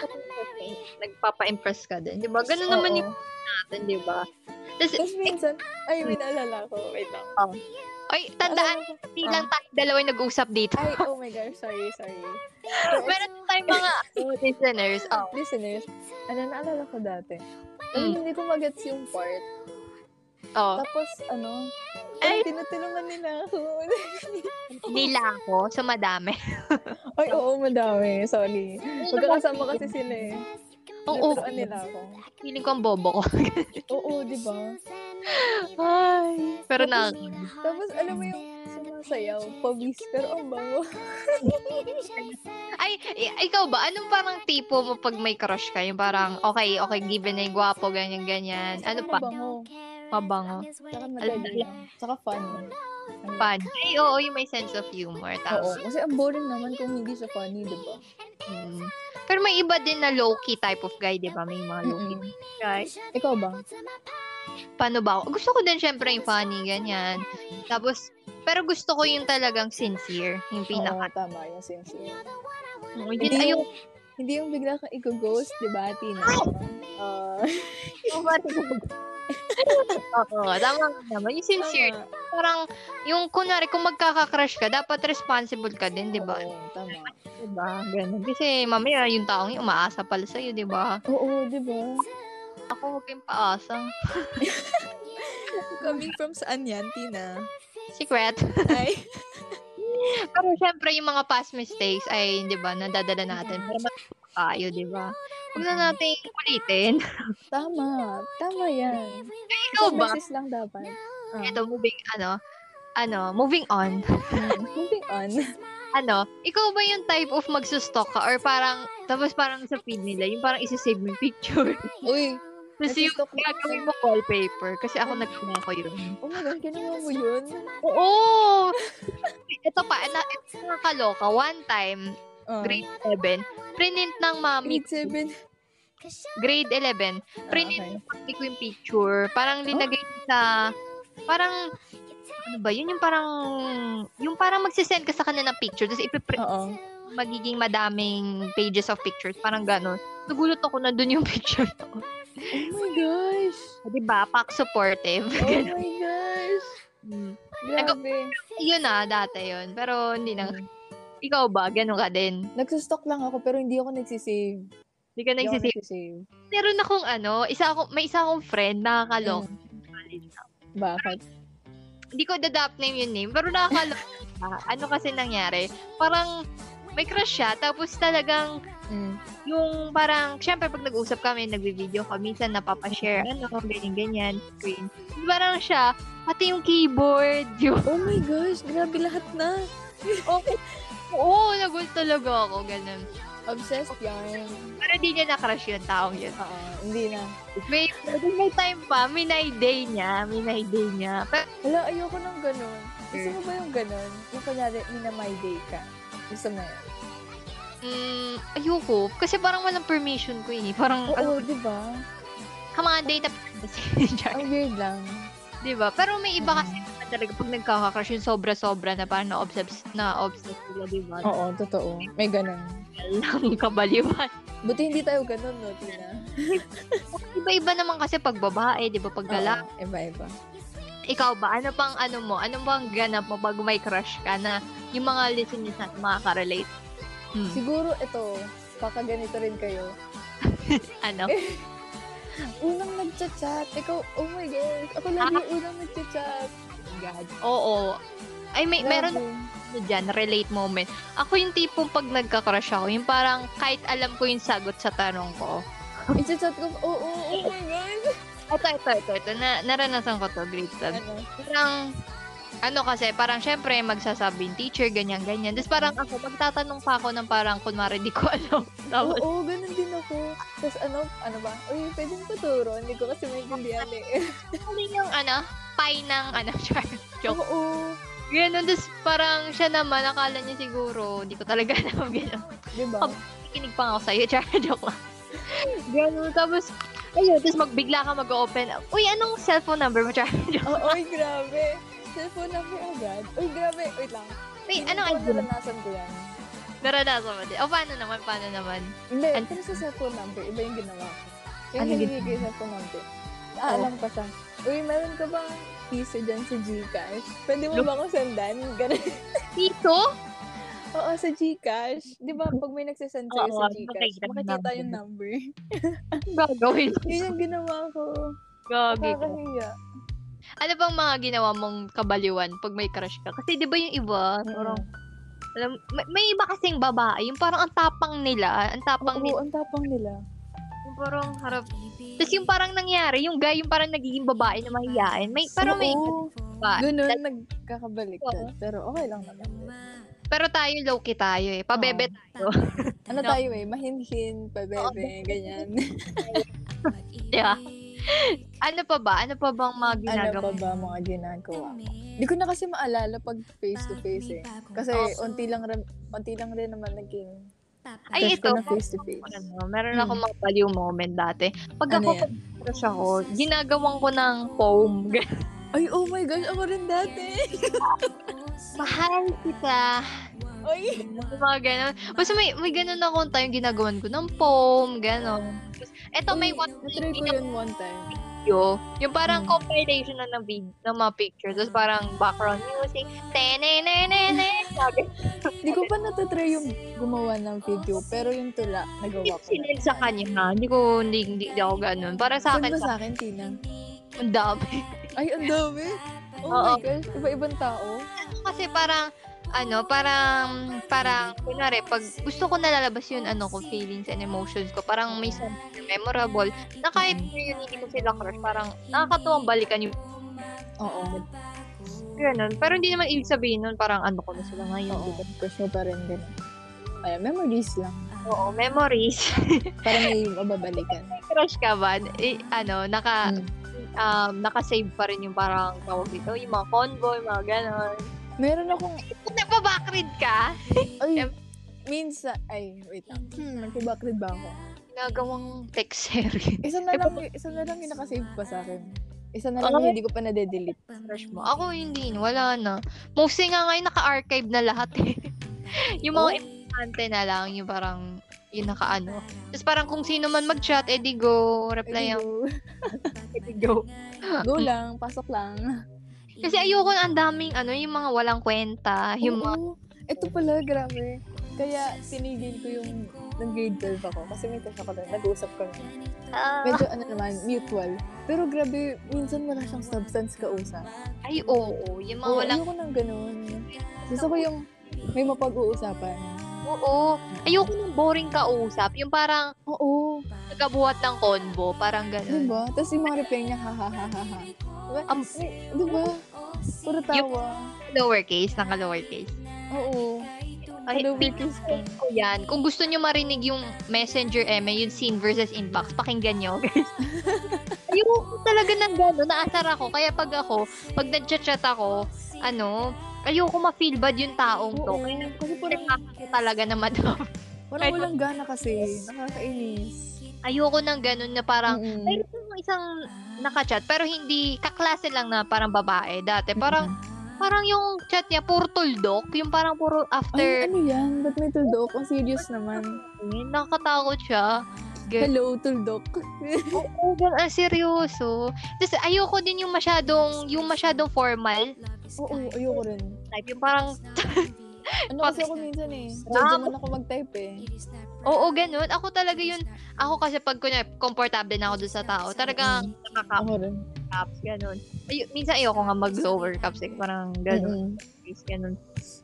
Speaker 1: nagpapa-impress ka din. Di ba? Ganun naman yung
Speaker 2: Oo.
Speaker 1: natin, di ba? Tapos,
Speaker 2: Tapos minsan, ay, may naalala ko. Wait lang.
Speaker 1: ay, tandaan,
Speaker 2: Naalala ko-
Speaker 1: hindi lang tayo dalawa yung nag-uusap dito.
Speaker 2: Ay, oh my gosh, sorry, sorry.
Speaker 1: Meron tayong mga listeners. Oh.
Speaker 2: listeners, ano naalala ko dati?
Speaker 1: Mm.
Speaker 2: Alam, hindi ko magets yung part
Speaker 1: Oh,
Speaker 2: Tapos, ano,
Speaker 1: Ay!
Speaker 2: Ay! tinutulungan nila ako.
Speaker 1: nila ako, so madami.
Speaker 2: Ay, oo, madami. Sorry. Magkakasama kasi sila eh.
Speaker 1: Oo,
Speaker 2: Tinuturuan nila ako.
Speaker 1: feeling ko ang bobo ko.
Speaker 2: Oo, di ba?
Speaker 1: Ay, pero na,
Speaker 2: Tapos, alam mo yung sumasayaw, pawis, pero ang bango.
Speaker 1: ay, i- ikaw ba, anong parang tipo mo pag may crush ka? Yung parang, okay, okay, given na yung gwapo, ganyan, ganyan. Ano pa?
Speaker 2: Mabango.
Speaker 1: Mabango.
Speaker 2: Tsaka magaling. Tsaka fun. Ano?
Speaker 1: Fun. Ay, oo, yung may sense of humor.
Speaker 2: Oo,
Speaker 1: Tapos,
Speaker 2: kasi ang boring naman kung hindi siya funny, di ba?
Speaker 1: mm. Pero may iba din na low-key type of guy, di ba? May mga low-key
Speaker 2: Mm-mm.
Speaker 1: guy.
Speaker 2: Ikaw ba?
Speaker 1: Paano ba ako? Gusto ko din syempre yung funny, ganyan. Tapos, pero gusto ko yung talagang sincere. Yung
Speaker 2: Oo,
Speaker 1: pinaka.
Speaker 2: tama, yung sincere.
Speaker 1: Oh, yun,
Speaker 2: Hindi
Speaker 1: ayun.
Speaker 2: yung, hindi yung bigla kang i-ghost, di ba, Tina? Ah,
Speaker 1: Oo, tama ka naman. Yung sincere.
Speaker 2: tama.
Speaker 1: Parang, yung kunwari, kung magkaka-crush ka, dapat responsible ka din, di ba?
Speaker 2: Oo, tama.
Speaker 1: Diba? Ganun. Kasi mamaya yung taong yung umaasa pala sa'yo, di ba?
Speaker 2: Oo, di ba?
Speaker 1: Ako, huwag kayong paasa.
Speaker 2: Coming from saan yan, Tina?
Speaker 1: Secret.
Speaker 2: Ay,
Speaker 1: Pero syempre, yung mga past mistakes ay, di ba, nadadala natin. Pero matuto tayo, di ba? Huwag na natin kulitin.
Speaker 2: tama. Tama yan.
Speaker 1: Ikaw ba?
Speaker 2: Beses lang dapat. Ah.
Speaker 1: Ito, moving, ano, ano, moving on.
Speaker 2: Mm, Moving on.
Speaker 1: Ano, ikaw ba yung type of magsustalk ka? Or parang, tapos parang sa feed nila, yung parang isasave mo yung picture.
Speaker 2: Uy,
Speaker 1: tapos yung
Speaker 2: Nagsustalk na-
Speaker 1: gagawin mo wallpaper. Kasi ako nagkawa ko yun.
Speaker 2: oh my God, ginawa mo yun?
Speaker 1: Oo! ito pa, na, ito nakakaloka. One time,
Speaker 2: Uh,
Speaker 1: grade 11, print ng mami,
Speaker 2: Grade 7.
Speaker 1: grade 11, print
Speaker 2: Ah, okay.
Speaker 1: hindi ko yung picture. Parang linagay sa, parang, ano ba, yun yung parang, yung parang magsisend ka sa kanila ng picture, tapos ipiprint,
Speaker 2: Oo.
Speaker 1: magiging madaming pages of pictures, parang gano'n. Nagulat ako na dun yung picture ko.
Speaker 2: Oh my gosh.
Speaker 1: Di ba? Pack supportive.
Speaker 2: Oh my gosh.
Speaker 1: Mm.
Speaker 2: Grabe.
Speaker 1: yun ah, dati yun. Pero hindi na. Ikaw ba? Ganun ka din.
Speaker 2: Nagsustock lang ako pero hindi ako nagsisave.
Speaker 1: Hindi ka
Speaker 2: Hindi ako
Speaker 1: nagsisip.
Speaker 2: nagsisave.
Speaker 1: Meron akong ano, isa ako, may isa akong friend, nakakalok.
Speaker 2: Mm. Bakit?
Speaker 1: hindi ko dadap name yung name, pero nakakalok. ano kasi nangyari? Parang may crush siya, tapos talagang
Speaker 2: Mm.
Speaker 1: yung parang, syempre pag nag-usap kami, nagbe-video ko, minsan napapashare, ano, ganyan-ganyan, screen. Parang siya, pati yung keyboard, yung,
Speaker 2: Oh my gosh, grabe lahat na.
Speaker 1: oo, nagul talaga ako, ganun.
Speaker 2: Obsessed yan.
Speaker 1: Pero di niya na-crush yung taong yun.
Speaker 2: Oo, hindi na.
Speaker 1: May, may time pa, minay day niya, minay day niya. Pero,
Speaker 2: Wala, ayoko ng ganun. Gusto mo ba yung ganun? Yung kunyari, mina my day ka. Gusto mo yun?
Speaker 1: mm, ayoko, kasi parang walang permission ko eh. Parang,
Speaker 2: Oo, di ba?
Speaker 1: Come on, date up
Speaker 2: Ang weird lang.
Speaker 1: Di ba? Pero may iba
Speaker 2: Mm.
Speaker 1: kasi naman talaga pag nagkakakrush yung sobra-sobra na parang na-obsess, na-obsess sila, di ba?
Speaker 2: Oo, totoo. May ganun.
Speaker 1: Lang kabaliwan.
Speaker 2: Buti hindi tayo ganun, no, Tina?
Speaker 1: Iba-iba naman kasi pag babae, di ba? Pag lalaki.
Speaker 2: Oo, Iba-iba.
Speaker 1: Ikaw ba? Ano pang ano mo? Ano bang ganap mo pag may crush ka na yung mga listeners natin makaka-relate? Hmm.
Speaker 2: Siguro ito, baka ganito rin kayo.
Speaker 1: Ano?
Speaker 2: Eh. Unang nagchat-chat. Ikaw, oh my gosh. Ako lagi yung unang nagchat-chat. God.
Speaker 1: Oo. Ay, may, meron
Speaker 2: Grabe.
Speaker 1: ano dyan, relate moment. Ako yung tipong pag nagka-crush ako, yung parang kahit alam ko yung sagot sa tanong ko.
Speaker 2: I-chat-chat ko. Oo, oh, oh, oh my gosh.
Speaker 1: Ito, ito, ito, ito. Na, naranasan ko to, grade 12.
Speaker 2: Ano?
Speaker 1: parang ano kasi, parang syempre magsasabing teacher, ganyan, ganyan. Tapos parang ako, magtatanong pa ako ng parang kunwari di ko alam.
Speaker 2: Oo,
Speaker 1: Tapos,
Speaker 2: oh, ganun din ako. Tapos ano, ano ba? Uy, pwede mo paturo. Hindi ko kasi maintindihan eh.
Speaker 1: ano yung ano, pie ng ano, char.
Speaker 2: Oo.
Speaker 1: Joke. Ganun, tapos parang siya naman, akala niya siguro, di ko talaga alam, ganyan.
Speaker 2: Diba?
Speaker 1: Ab- Kinig pa nga ako sa'yo, char. Joke lang. Ganun, tapos, ayun, tapos magbigla ka mag-open up. Uy, anong cellphone number mo, char? Joke.
Speaker 2: Oo, ay, grabe. Cellphone number agad. Uy, grabe. Wait lang.
Speaker 1: Uy,
Speaker 2: Hindi
Speaker 1: anong
Speaker 2: ko
Speaker 1: idol?
Speaker 2: Naranasan ko yan.
Speaker 1: Naranasan mo din. O, paano naman, paano naman?
Speaker 2: Hindi,
Speaker 1: Ano?
Speaker 2: pero sa cellphone number, iba yung ginawa ko. Yung
Speaker 1: Ano
Speaker 2: ano
Speaker 1: ginawa?
Speaker 2: hiningi ko yung cellphone number. Ah, alam ko siya. Uy, meron ka bang piso dyan sa Gcash? Pwede mo
Speaker 1: Look.
Speaker 2: ba akong sendan? Ganun.
Speaker 1: Tito?
Speaker 2: Oo, sa Gcash. Di ba, pag may nagsisend sa'yo
Speaker 1: Oo,
Speaker 2: sa Gcash,
Speaker 1: makikita yung
Speaker 2: makikita yung
Speaker 1: number.
Speaker 2: number.
Speaker 1: Gagawin.
Speaker 2: Yun yung ginawa ko.
Speaker 1: Gagawin.
Speaker 2: Nakakahiya.
Speaker 1: Ano bang mga ginawa mong kabaliwan pag may crush ka? Kasi di ba yung iba,
Speaker 2: Mm.
Speaker 1: parang, alam, may, may iba kasing babae, yung parang ang tapang nila, ang tapang
Speaker 2: Oo,
Speaker 1: nila,
Speaker 2: ang tapang nila.
Speaker 1: yung parang harap. Tapos yung parang nangyari, yung guy, yung parang nagiging babae na mahihain. May, pero may
Speaker 2: Oo,
Speaker 1: ba?
Speaker 2: Ganun,
Speaker 1: That-
Speaker 2: nagkakabalik.
Speaker 1: Oo.
Speaker 2: Pero okay lang naman.
Speaker 1: Pero tayo, low-key tayo eh. Pabebe tayo.
Speaker 2: Ano
Speaker 1: No.
Speaker 2: tayo eh, mahinhin, pabebe, ganyan.
Speaker 1: Yeah. ano pa ba? Ano pa bang mga
Speaker 2: ano
Speaker 1: ginagawa?
Speaker 2: pa ba mga ginagawa ko? Hindi ko na kasi maalala pag face to face eh. Kasi
Speaker 1: Oo.
Speaker 2: unti lang rin, unti lang rin naman naging
Speaker 1: Ay,
Speaker 2: crush ko
Speaker 1: ito.
Speaker 2: na face to face.
Speaker 1: Ano, meron
Speaker 2: Mm.
Speaker 1: ako mga baliw moment dati. Pag
Speaker 2: Ano
Speaker 1: ako,
Speaker 2: yan?
Speaker 1: pag crush ako, ginagawang ko ng poem.
Speaker 2: Ay, oh my gosh, ako rin dati.
Speaker 1: Mahal kita.
Speaker 2: Ay,
Speaker 1: Yung Mga ganun. Basta may, may ganun akong tayong ginagawan ko ng poem, ganun. Tapos, Eto may one
Speaker 2: natry ko yun one time.
Speaker 1: video. Yung parang
Speaker 2: Mm.
Speaker 1: compilation na ng, vid- ng mga picture. Tapos parang background music. Tenenenene. Sabi
Speaker 2: Hindi ko pa natatry yung gumawa ng video, pero yung tula, nagawa ko na.
Speaker 1: sinil sa kanya. ha? Hindi ko, hindi, hindi, hindi ako ganun. Para sa
Speaker 2: Saan
Speaker 1: akin,
Speaker 2: ba
Speaker 1: sa
Speaker 2: sa akin, Tina?
Speaker 1: ang dami.
Speaker 2: Ay, ang dami. Oh
Speaker 1: Oo.
Speaker 2: my gosh, iba-ibang tao.
Speaker 1: Kasi parang, ano, parang, parang, kunwari, pag gusto ko nalalabas yun, ano ko, feelings and emotions ko, parang may something na memorable, na
Speaker 2: Mm.
Speaker 1: kahit ngayon hindi ko sila crush, parang nakakatuwang balikan yung
Speaker 2: Oo.
Speaker 1: ganun. Pero hindi naman ibig sabihin nun, parang ano ko na sila ngayon.
Speaker 2: Oo.
Speaker 1: di ba?
Speaker 2: Crush mo pa rin din. Ay, memories lang.
Speaker 1: Oo, memories.
Speaker 2: Para may mababalikan.
Speaker 1: May crush ka ba? Eh, ano, naka,
Speaker 2: Mm.
Speaker 1: um, naka-save pa rin yung parang tawag dito, yung mga convo, yung mga ganun.
Speaker 2: Meron akong,
Speaker 1: Kung nagpa-backread ka,
Speaker 2: ay,
Speaker 1: Em-
Speaker 2: minsan, ay, wait lang. Hmm, nagpabakrid ba ako?
Speaker 1: ginagawang text sharing.
Speaker 2: Isa na
Speaker 1: Eh,
Speaker 2: lang, isa na lang yung nakasave pa sa akin. Isa na lang
Speaker 1: Okay.
Speaker 2: yung hindi ko pa nade-delete.
Speaker 1: crush mo. Ako hindi, wala na. Mostly nga ngayon naka-archive na lahat eh. yung mga importante na lang, yung parang yung nakaano. Tapos parang kung sino man mag-chat, edi go, reply ang
Speaker 2: Go.
Speaker 1: edi go.
Speaker 2: Go lang, pasok lang.
Speaker 1: Kasi ayoko na ang daming ano, yung mga walang kwenta, yung mga
Speaker 2: Oo. Ito pala, grabe. Kaya tinigil ko yung nung grade 12 ako. Kasi may crush ako doon. Nag-uusap kami.
Speaker 1: ah,
Speaker 2: Medyo ano naman, mutual. Pero grabe, minsan wala siyang substance kausap.
Speaker 1: ay oo, yung mga
Speaker 2: Oo,
Speaker 1: walang
Speaker 2: ayoko ng ganun. Gusto ko yung may mapag-uusapan.
Speaker 1: oo. Ayoko ng boring kausap, yung parang
Speaker 2: Oo,
Speaker 1: nagabuhat ng convo, parang
Speaker 2: di
Speaker 1: ganun.
Speaker 2: ba? Diba? Tapos yung mga reply niya, ha ha ha ha ha. Diba?
Speaker 1: Ang
Speaker 2: Di ba? Puro tawa.
Speaker 1: lowercase, naka lowercase.
Speaker 2: Oo.
Speaker 1: Ay,
Speaker 2: Lowercase
Speaker 1: pinaka- ko yan. Kung gusto nyo marinig yung Messenger Eme, yung scene versus inbox, pakinggan nyo. Ayoko talaga ng gano'n. Naasar ako. Kaya pag ako, pag nag-chat ako, ano, ayoko ma-feel bad yung taong to.
Speaker 2: Oo,
Speaker 1: Kaya
Speaker 2: kasi parang,
Speaker 1: napaka ko talaga na madam.
Speaker 2: parang walang gana kasi. Nakakainis.
Speaker 1: Ayoko ng gano'n na parang,
Speaker 2: Mm-mm.
Speaker 1: mayroon akong isang nakachat,
Speaker 2: Ah.
Speaker 1: pero hindi, kaklase lang na parang babae dati. Parang,
Speaker 2: Mm-hmm.
Speaker 1: parang yung chat niya, puro tuldok. Yung parang puro
Speaker 2: Ay,
Speaker 1: after,
Speaker 2: ano yan? Ba't may tuldok? Ang serious naman.
Speaker 1: nakakatakot siya. Ganun.
Speaker 2: Hello, tuldok.
Speaker 1: Oo, gan- ah, seryoso. Tapos ayoko din yung masyadong, yung masyadong formal
Speaker 2: Oo, ayoko rin.
Speaker 1: type. Yung parang,
Speaker 2: Ano kasi ako minsan eh. Medyo man ako mag-type eh.
Speaker 1: oo, ganun. Ako talaga yun, ako kasi pag kunya, comfortable na ako dun sa tao, talagang
Speaker 2: Mm-hmm.
Speaker 1: nakaka
Speaker 2: Ako rin.
Speaker 1: cups, ganun. Ay, minsan ayoko nga mag-lower cups, eh, parang ganun.
Speaker 2: Mm-mm.
Speaker 1: face, Ganun.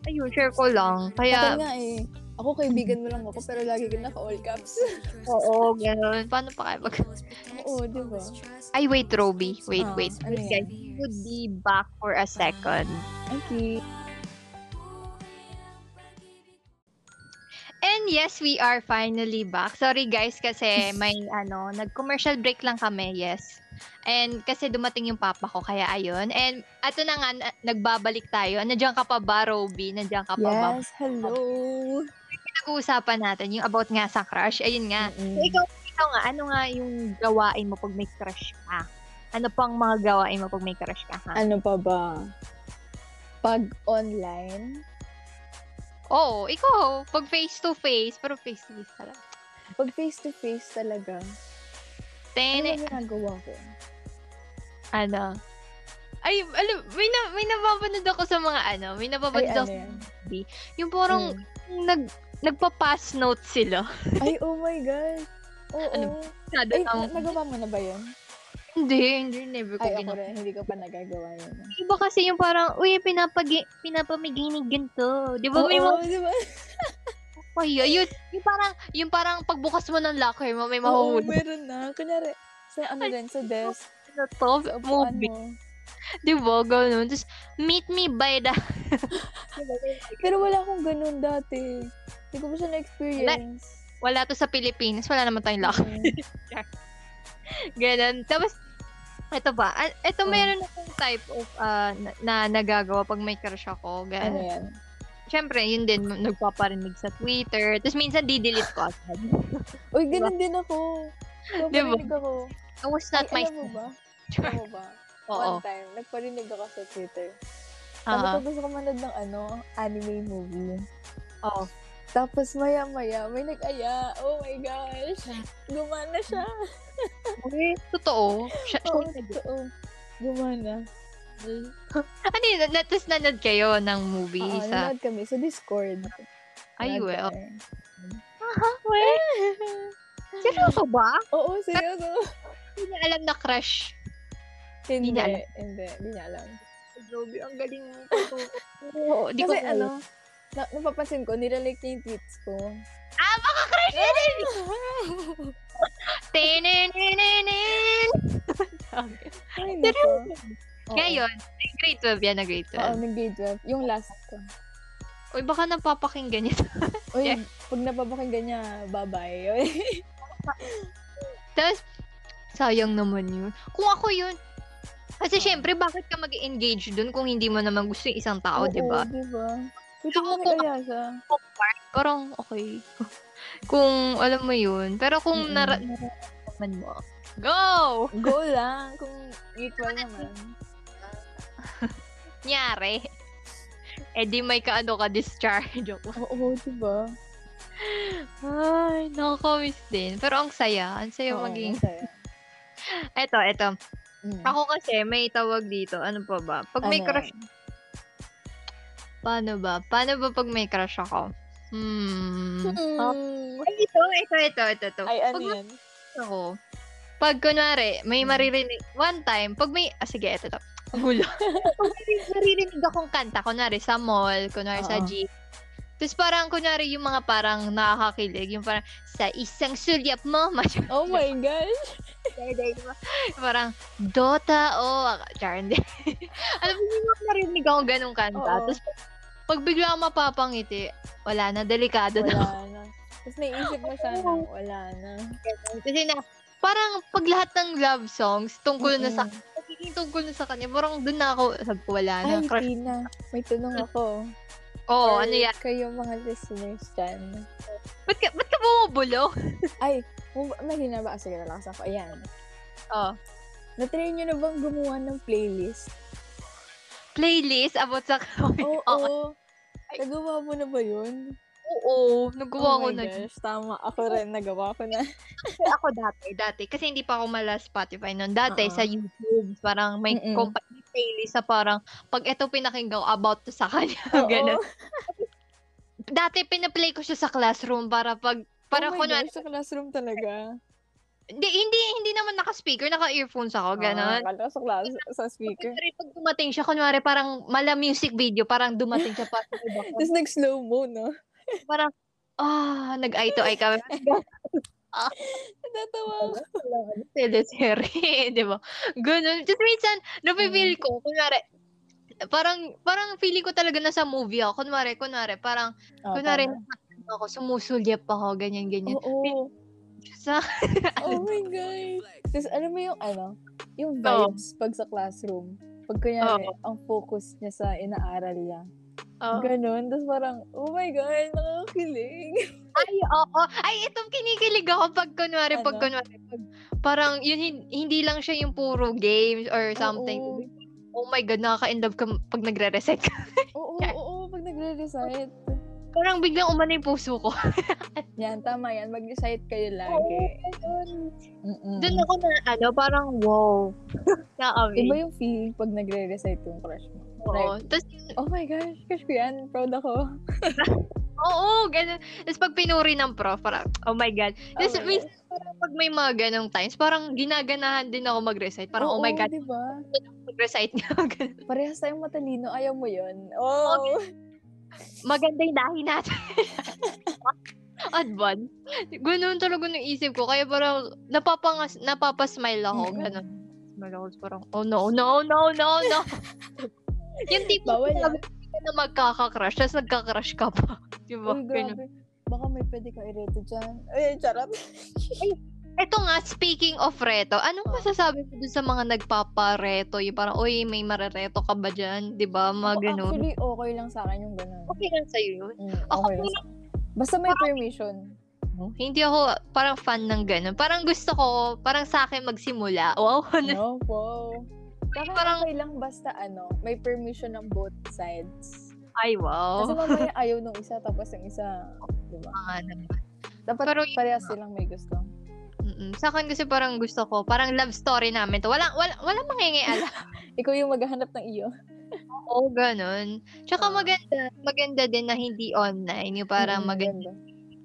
Speaker 1: Ayun, share ko lang.
Speaker 2: Ako
Speaker 1: Kaya,
Speaker 2: nga eh. Ako kaibigan mo lang ako, pero lagi ka naka-all caps.
Speaker 1: oo, ganun. Paano pa kaya mag-
Speaker 2: Oo, di ba?
Speaker 1: Ay, wait, Roby. Wait,
Speaker 2: Ah,
Speaker 1: wait.
Speaker 2: ano
Speaker 1: Wait, guys.
Speaker 2: yan?
Speaker 1: We would be back for a second.
Speaker 2: Okay.
Speaker 1: And yes, we are finally back. Sorry guys kasi may ano, nag-commercial break lang kami, yes. And kasi dumating yung papa ko, kaya ayun. And ato na nga, na- nagbabalik tayo. Nandiyan ka pa ba, Robby? Nandiyan ka pa ba?
Speaker 2: Yes, hello.
Speaker 1: Nag-uusapan natin yung about nga sa crush. Ayun nga. So,
Speaker 2: Mm-mm.
Speaker 1: ikaw, ikaw nga, ano nga yung gawain mo pag may crush ka? Ano pang mga gawain mo pag may crush ka, ha?
Speaker 2: Ano pa ba? Pag online,
Speaker 1: Oo, Oh, ikaw. Pag face-to-face, pero face-to-face talaga.
Speaker 2: pag face-to-face talaga, ano
Speaker 1: Tene,
Speaker 2: yung ginagawa ko?
Speaker 1: ano? Ay, alam, may, na, may napapanood ako sa mga ano, may
Speaker 2: Ay,
Speaker 1: napapanood
Speaker 2: ano
Speaker 1: ako.
Speaker 2: yan?
Speaker 1: Yung parang
Speaker 2: Hmm.
Speaker 1: nag, nagpa-pass note sila.
Speaker 2: Ay, oh my God. Oo.
Speaker 1: Ano? Masyado
Speaker 2: Ay,
Speaker 1: ang
Speaker 2: nagawa mo na ba yun?
Speaker 1: Hindi, hindi, never ko
Speaker 2: Ay, ako
Speaker 1: ginawa.
Speaker 2: rin, hindi ko pa nagagawa yun.
Speaker 1: Iba kasi yung parang, uy, pinapagi, pinapamigay ganito. Di ba Diba, may mga
Speaker 2: Oo, di ba?
Speaker 1: kaya? Yun, yung parang, yung parang pagbukas mo ng locker mo, may
Speaker 2: Oo,
Speaker 1: mahuhulog
Speaker 2: meron na. Kunyari, sa ano din, sa desk,
Speaker 1: na to.
Speaker 2: sa ano. upuan
Speaker 1: Movie.
Speaker 2: mo.
Speaker 1: Di ba? Ganun. Tapos, meet me by the...
Speaker 2: Pero wala akong ganun dati. Hindi ko pa siya na-experience.
Speaker 1: Wala to sa Pilipinas. Wala naman tayong locker.
Speaker 2: Mm.
Speaker 1: Ganun. Tapos, ito ba? Ah, Ito
Speaker 2: Oh.
Speaker 1: meron akong type of ah, na, na nagagawa pag may crush ako.
Speaker 2: Ano
Speaker 1: Ganun.
Speaker 2: yan?
Speaker 1: Siyempre, yun din. Nagpaparinig sa Twitter. Tapos, minsan, di-delete ko agad.
Speaker 2: Uy, ganun din ako. Nagparinig ako.
Speaker 1: That was
Speaker 2: Ay,
Speaker 1: Diba? not my...
Speaker 2: alam mo ba? Alam mo ba? Ano
Speaker 1: Oo.
Speaker 2: One time, nagparinig ako sa Twitter. Sabi
Speaker 1: Ah,
Speaker 2: ko gusto ko manood ng ano, anime movie.
Speaker 1: Oo.
Speaker 2: Tapos maya-maya, may nag-aya. Oh my gosh.
Speaker 1: Hmm.
Speaker 2: Gumana siya.
Speaker 1: Okay, totoo. Siya, siya
Speaker 2: Oo,
Speaker 1: yung nag-
Speaker 2: totoo. Gumana.
Speaker 1: ano yun? Na, tapos nanood kayo ng movie
Speaker 2: Oo,
Speaker 1: sa...
Speaker 2: nanood kami sa Discord.
Speaker 1: Ay,
Speaker 2: Nanood
Speaker 1: well.
Speaker 2: kami.
Speaker 1: Aha, well. Seryoso ba?
Speaker 2: Oo, seryoso.
Speaker 1: Hindi niya alam na crush.
Speaker 2: hindi,
Speaker 1: niya
Speaker 2: hindi,
Speaker 1: alam.
Speaker 2: hindi, niya alam.
Speaker 1: Joby, ang galing mo. Oo, di ko
Speaker 2: Kasi ano, na, napapansin ko, nirelate niya yung tweets ko.
Speaker 1: Ah, baka crush yun! Tinininininin.
Speaker 2: Ay, nako. Oo.
Speaker 1: Ngayon, ay, grade 12 yan na grade
Speaker 2: Oo,
Speaker 1: 12.
Speaker 2: nag-grade 12. Yung last ko.
Speaker 1: Uy, baka napapakinggan niya.
Speaker 2: Uy,
Speaker 1: Yeah.
Speaker 2: pag napapakinggan niya, bye-bye.
Speaker 1: Tapos, sayang naman yun. Kung ako yun, kasi syempre, bakit ka mag-engage dun kung hindi mo naman gusto yung isang tao, di ba?
Speaker 2: Oo, di ba? Buti
Speaker 1: Ako
Speaker 2: mo
Speaker 1: kung-
Speaker 2: nag-aya siya.
Speaker 1: parang okay. kung alam mo yun. Pero kung
Speaker 2: Mm-mm.
Speaker 1: nara- nararamdaman mo, go!
Speaker 2: Go lang. Kung
Speaker 1: ano
Speaker 2: equal naman.
Speaker 1: Nyari. Eh di may kaano ka discharge. Joke lang.
Speaker 2: Oo, di ba?
Speaker 1: Ay, nakakamiss din. Pero ang saya. Ang saya
Speaker 2: Oo,
Speaker 1: maging...
Speaker 2: masaya.
Speaker 1: Eto, eto.
Speaker 2: Mm.
Speaker 1: Ako kasi may tawag dito. Ano pa ba? Pag may
Speaker 2: Ano?
Speaker 1: crush... Paano ba? Paano ba pag may crush ako? Hmm.
Speaker 2: Hmm.
Speaker 1: Ah, Ay, ito, ito, ito, ito, ito.
Speaker 2: Ay, ano
Speaker 1: Pag
Speaker 2: yan?
Speaker 1: ako, pag kunwari, may
Speaker 2: Mm.
Speaker 1: maririnig, one time, pag may, ah, sige, eto to. Hulo. pag may maririnig akong kanta, kunwari sa mall, kunwari sa
Speaker 2: Oo.
Speaker 1: jeep, tapos parang, kunwari, yung mga parang nakakakilig, yung parang, sa isang sulyap mo, masyadong,
Speaker 2: Oh my gosh.
Speaker 1: parang, Dota, oh, char, hindi. Alam mo, yung mga narinig ako ganong kanta,
Speaker 2: Oo.
Speaker 1: tapos, pag bigla akong mapapangiti, wala na, delikado na.
Speaker 2: Wala na. Tapos naisip mo siya na, wala na.
Speaker 1: Kasi na, parang pag lahat ng love songs, tungkol na sa
Speaker 2: Mm-mm.
Speaker 1: nagiging tungkol na sa kanya, parang doon na ako, sabi ko, wala na.
Speaker 2: Ay,
Speaker 1: ano, crush.
Speaker 2: Tina, may tanong ako.
Speaker 1: Oo, oh,
Speaker 2: For
Speaker 1: ano yan?
Speaker 2: Kayo mga listeners dyan.
Speaker 1: Ba't ka, ba't ka bumubulo?
Speaker 2: Ay, mum- mahina ba? Ah, Sige, relax ako. Ayan.
Speaker 1: Oh.
Speaker 2: Natrain nyo na bang gumawa ng playlist?
Speaker 1: Playlist about sa
Speaker 2: Oo.
Speaker 1: Oo,
Speaker 2: Nagawa mo na ba yun?
Speaker 1: oo. Nagawa ko na. yun.
Speaker 2: Oh gosh, tama. Ako rin, nagawa ko na.
Speaker 1: Kasi ako dati, dati. Kasi hindi pa ako mala Spotify noon. Dati,
Speaker 2: Oo.
Speaker 1: sa YouTube, parang may
Speaker 2: Mm-mm.
Speaker 1: compa- may playlist sa parang, pag ito pinakinggan ko, about to sa kanya. Oh,
Speaker 2: Oo.
Speaker 1: Ganun. Dati, pinaplay ko siya sa classroom para pag, para
Speaker 2: oh my
Speaker 1: kunwari,
Speaker 2: gosh, sa classroom talaga.
Speaker 1: hindi, hindi, hindi naman naka-speaker, naka-earphones ako, Oh, ganun.
Speaker 2: Ah, akala ko sa, class, sa speaker.
Speaker 1: Kunwari, pag dumating siya, kunwari, parang mala music video, parang dumating siya pa sa iba ko.
Speaker 2: Tapos nag-slow mo, no?
Speaker 1: parang, ah, nag-eye to eye kami.
Speaker 2: Natatawa ako.
Speaker 1: Teleserye, di ba? Ganun. Just minsan,
Speaker 2: Mm.
Speaker 1: napipil ko, kunwari, parang, parang feeling ko talaga nasa movie ako. Kunwari, kunwari, parang,
Speaker 2: Oh,
Speaker 1: kunwari, ako, sumusulyap ako, ganyan, ganyan.
Speaker 2: Oo. Oh,
Speaker 1: Sa,
Speaker 2: my gosh. Tapos alam mo yung ano, yung
Speaker 1: Oo.
Speaker 2: vibes pag sa classroom. Pag kunyari, ang focus niya sa inaaral niya.
Speaker 1: oh.
Speaker 2: Ganun. Tapos parang, oh my God, nakakilig.
Speaker 1: Ay, oo. Ay, itong kinikilig ako pag kunwari, pag
Speaker 2: Ano?
Speaker 1: kunwari, pag, parang, yun, hin- hindi lang siya yung puro games or something.
Speaker 2: Oo.
Speaker 1: Oh my God, nakaka-end up ka pag nagre-reset ka.
Speaker 2: Oo,
Speaker 1: Yeah.
Speaker 2: oo, oo, pag nagre-recite.
Speaker 1: Parang biglang umana yung puso ko.
Speaker 2: Yan, tama yan. Mag-recite kayo lagi.
Speaker 1: Oh
Speaker 2: Mm-mm.
Speaker 1: Doon ako na, ano, parang wow.
Speaker 2: Mm. Iba
Speaker 1: Na-amaze.
Speaker 2: yung feeling pag nagre-recite yung crush mo.
Speaker 1: Oo. Tapos,
Speaker 2: Oh my gosh, crush ko yan. Proud ako.
Speaker 1: oo, ganun. Tapos pag pinuri ng prof, parang, oh my God.
Speaker 2: Oh
Speaker 1: Tapos,
Speaker 2: my
Speaker 1: minsan, parang pag may mga ganong times, parang ginaganahan din ako mag-recite. Parang, oh my God,
Speaker 2: diba?
Speaker 1: mag-recite nga. Ganun.
Speaker 2: Parehas tayong matalino. Ayaw mo yun. Oh.
Speaker 1: Maganda yung dahi natin. Advance. Ganun talaga nung isip ko. Kaya parang napapangas, napapasmile ako.
Speaker 2: Mm-mm.
Speaker 1: Ganun. Smile ako. Parang, oh no, no, no, no, no. yung tipo
Speaker 2: Bawal ah.
Speaker 1: sinabi ka na magkakakrush, tapos nagkakrush ka pa. Diba?
Speaker 2: Uy,
Speaker 1: Ganun.
Speaker 2: grabe. Baka may pwede ka ireto dyan. Ay, charot.
Speaker 1: Ito nga, speaking of reto, anong
Speaker 2: Oh.
Speaker 1: masasabi mo dun sa mga nagpapareto? Yung parang, uy, may marereto ka ba dyan? Di ba? Mga ganun.
Speaker 2: Oh, Actually, okay lang sa akin yung ganun.
Speaker 1: Okay lang sa'yo yun.
Speaker 2: Mm,
Speaker 1: Ako
Speaker 2: okay lang. sa- Basta may permission.
Speaker 1: No? Hindi ako parang fan ng ganun. Parang gusto ko, parang sa akin magsimula. Wow, ano?
Speaker 2: No, po. Saka
Speaker 1: Parang-
Speaker 2: okay lang basta ano, may permission ng both sides.
Speaker 1: Ay, wow.
Speaker 2: Kasi mamaya ayaw nung isa tapos yung isa, di ba?
Speaker 1: Mga ano. naman.
Speaker 2: Dapat
Speaker 1: Pero yun
Speaker 2: parehas
Speaker 1: nga.
Speaker 2: silang may gusto.
Speaker 1: Mm-mm. Sa akin kasi parang gusto ko, parang love story namin to. Walang, wala, walang mangingiala.
Speaker 2: Ikaw yung maghahanap ng iyo.
Speaker 1: Oo, ganun. Tsaka
Speaker 2: Ah.
Speaker 1: maganda, maganda din na hindi online. Yung parang
Speaker 2: Mm,
Speaker 1: maganda
Speaker 2: ganda.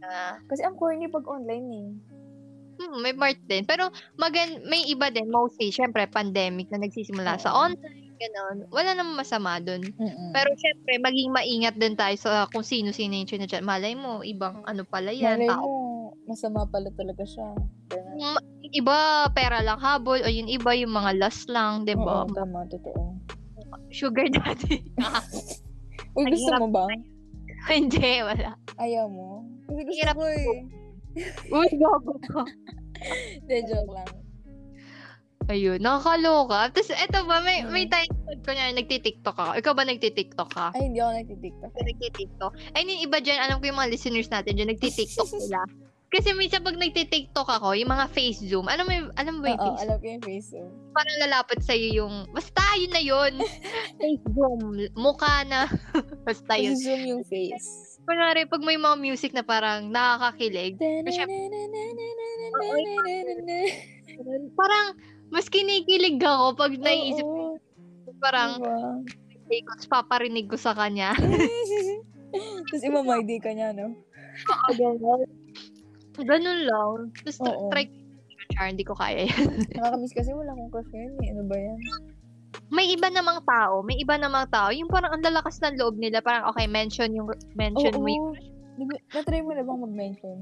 Speaker 1: na
Speaker 2: Kasi ang corny pag online eh.
Speaker 1: Hmm, may part din. Pero magan may iba din, mostly, syempre, pandemic na nagsisimula sa
Speaker 2: Oo.
Speaker 1: online, ganun. Wala namang masama dun.
Speaker 2: Mm-mm.
Speaker 1: Pero syempre, maging maingat din tayo sa kung sino-sino yung chinachat. Malay mo, ibang ano pala yan,
Speaker 2: Malay
Speaker 1: tao.
Speaker 2: mo, masama pala talaga siya. Ganun.
Speaker 1: Ma- Iba, pera lang habol, o yung iba, yung mga lust lang, di ba?
Speaker 2: Oo, tama, totoo.
Speaker 1: Sugar daddy.
Speaker 2: Uy,
Speaker 1: Ang
Speaker 2: gusto
Speaker 1: hirap
Speaker 2: mo ba?
Speaker 1: Hindi, wala.
Speaker 2: Ayaw mo? Kasi gusto
Speaker 1: Hirap
Speaker 2: ko eh.
Speaker 1: Uy, gago ko.
Speaker 2: Hindi, joke lang.
Speaker 1: Ayun, nakakaloka. Tapos, eto ba, may, may
Speaker 2: Hmm.
Speaker 1: time, kunyari, nagtitiktok ako. Ikaw ba nagtitiktok ka?
Speaker 2: Ay, hindi ako nagtitiktok.
Speaker 1: yung nagtitiktok. Ay, yung iba dyan, alam ko yung mga listeners natin dyan, nagtitiktok sila. Kasi minsan pag nagtitiktok ako, yung mga face zoom, alam mo, yung- alam mo ba yung
Speaker 2: Oo,
Speaker 1: face
Speaker 2: alam ko yung face. oh.
Speaker 1: zoom? Parang lalapit sa'yo yung, basta yun na yun. face zoom, mukha na. basta yun.
Speaker 2: zoom yung face.
Speaker 1: Kunwari, pag may mga music na parang nakakakilig, parang mas kinikilig ako pag naisip ko,
Speaker 2: Oo,
Speaker 1: parang
Speaker 2: diba?
Speaker 1: "Hey, kung paparinig ko sa kanya.
Speaker 2: Tapos imamayday ka niya, no?
Speaker 1: Ganun lang. Tapos try,
Speaker 2: Oo.
Speaker 1: try Char, hindi ko kaya
Speaker 2: Nakakamiss kasi wala akong crush ngayon eh. Ano ba yan?
Speaker 1: may iba namang tao, may iba namang tao, yung parang ang lalakas ng loob nila, parang okay, mention yung mention mo yung
Speaker 2: Oo. Diba, natry mo na bang mag-mention?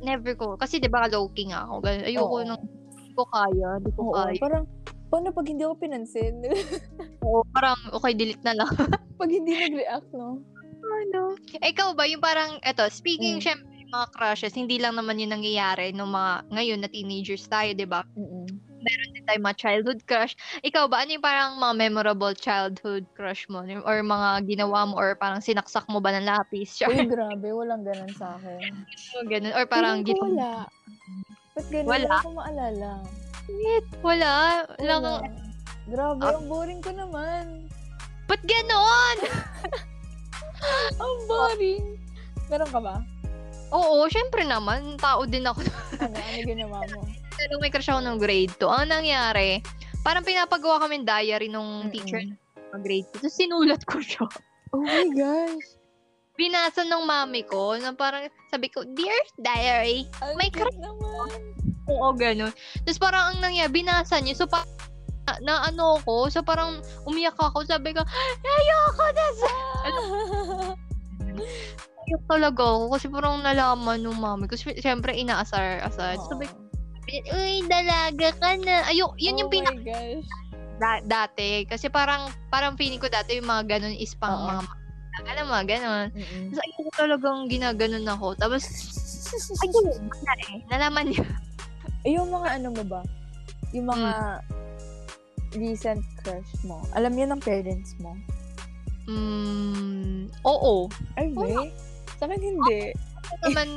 Speaker 1: never ko. Kasi 'di ba low-key nga ako. Ganun. Ayoko
Speaker 2: Oo.
Speaker 1: nang hindi ko kaya, hindi ko
Speaker 2: Oo,
Speaker 1: kaya.
Speaker 2: parang, paano pag hindi ako pinansin?
Speaker 1: Oo, parang okay, delete na lang.
Speaker 2: pag hindi nag-react, no?
Speaker 1: ano? Ikaw ba yung parang eto, speaking
Speaker 2: Mm.
Speaker 1: syempre mga crushes, hindi lang naman yung nangyayari nung mga ngayon na teenagers tayo, 'di ba?
Speaker 2: Mm-mm.
Speaker 1: Hindi tayo mga childhood crush. Ikaw ba ano yung parang mga memorable childhood crush mo or mga ginawa mo or parang sinaksak mo ba ng lapis?
Speaker 2: Uy,
Speaker 1: Sure,
Speaker 2: grabe, walang ganun sa akin.
Speaker 1: ganun or parang
Speaker 2: Feeling ko
Speaker 1: ginawa
Speaker 2: wala. Ba't ganun?
Speaker 1: Wala?
Speaker 2: Wala, ko maalala.
Speaker 1: Shit, wala. Wala kang...
Speaker 2: Wala. Grabe,
Speaker 1: Ah.
Speaker 2: ang boring ko naman.
Speaker 1: Ba't ganon?
Speaker 2: Ang boring. Ah. Meron ka ba?
Speaker 1: Oo, syempre naman. Tao din ako.
Speaker 2: Ano, ano ginawa mo?
Speaker 1: Nung may crush ako nung grade 2. Ang nangyari, parang pinapagawa kami ng diary nung
Speaker 2: Mm-mm.
Speaker 1: teacher ng grade 2. So, sinulat ko siya.
Speaker 2: Oh my gosh.
Speaker 1: Binasa ng mami ko na parang sabi ko, Dear Diary.
Speaker 2: Ang
Speaker 1: May
Speaker 2: cute naman.
Speaker 1: Oo, ganun. Tapos parang ang nangyari, binasa niya. So, parang na, na ano ko. So, parang umiyak ako. Sabi ko, "Ah, ayoko na sa... Ayok talaga ako. Kasi parang nalaman nung mami ko. Siyempre, inaasar-asar.
Speaker 2: Oo.
Speaker 1: Sabi Uy, dalaga ka na. Ayok, yun yung
Speaker 2: oh
Speaker 1: pinaka
Speaker 2: my gosh.
Speaker 1: da- dati. Kasi parang, parang feeling ko dati yung mga ganun is pang
Speaker 2: Oo.
Speaker 1: mga alam mo, ganun.
Speaker 2: Mm-mm.
Speaker 1: Tapos ayoko talagang ginaganon ako. Tapos, ayun, wala eh. Nalaman niya.
Speaker 2: Eh, yung mga ano mo ba? Yung mga
Speaker 1: Hmm.
Speaker 2: recent crush mo. Alam yan ng parents mo?
Speaker 1: Mm, oo.
Speaker 2: Ay,
Speaker 1: Oo.
Speaker 2: hindi. Sa akin, hindi.
Speaker 1: Ano Naman,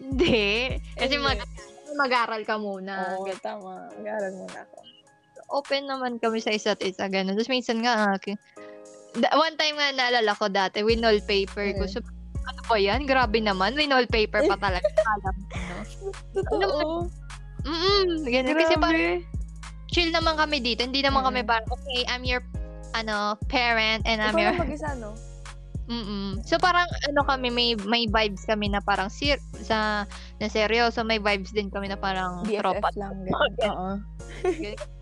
Speaker 1: hindi. Kasi
Speaker 2: Eh.
Speaker 1: mag- mag-aral ka muna.
Speaker 2: Oo,
Speaker 1: Ganun.
Speaker 2: tama. Mag-aaral muna ako.
Speaker 1: Open naman kami sa isa't isa. Ganun. Tapos minsan nga, ah, ki- da- one time nga naalala ko dati, winol paper ko.
Speaker 2: Mm.
Speaker 1: So, ano ba yan? Grabe naman. Winol paper pa talaga. Alam ko, no?
Speaker 2: Totoo.
Speaker 1: Mm-mm, ganun. Kasi parang chill naman kami dito. Hindi naman kami
Speaker 2: Mm.
Speaker 1: parang, okay, I'm your ano, parent and
Speaker 2: Ikaw
Speaker 1: I'm your...
Speaker 2: lang mag-isa, no?
Speaker 1: Mm-mm. So parang ano kami may may vibes kami na parang sir sa na seryoso may vibes din kami na parang tropa.
Speaker 2: BFF lang. Ganun.
Speaker 1: Okay.
Speaker 2: Oo.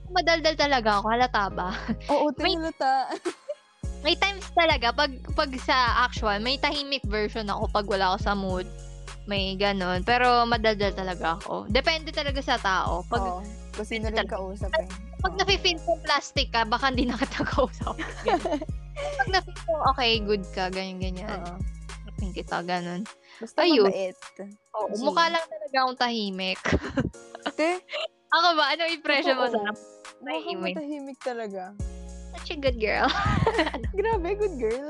Speaker 1: Madaldal talaga ako, halata ba?
Speaker 2: Oo,
Speaker 1: May-
Speaker 2: tinuluta.
Speaker 1: May times talaga pag pag sa actual may tahimik version ako pag wala ako sa mood. May ganun. Pero madaldal talaga ako. Depende talaga sa tao. Pag
Speaker 2: Oo. Kung sino rin kausap eh.
Speaker 1: Pag
Speaker 2: Oo.
Speaker 1: nafe-feel ko plastic ka, baka hindi na kita kausap. Ganyan. Pag nafe-feel ko, okay, good ka, ganyan-ganyan.
Speaker 2: Oo.
Speaker 1: Tapin kita, ganun.
Speaker 2: Basta
Speaker 1: Ayun.
Speaker 2: mabait.
Speaker 1: Oo,
Speaker 2: Sige.
Speaker 1: mukha lang talaga akong tahimik.
Speaker 2: Te,
Speaker 1: Ako ba? Ano impression mo
Speaker 2: Oo.
Speaker 1: sa akin?
Speaker 2: mukhang
Speaker 1: Tahimik.
Speaker 2: matahimik talaga.
Speaker 1: Such a good girl.
Speaker 2: Grabe, good girl.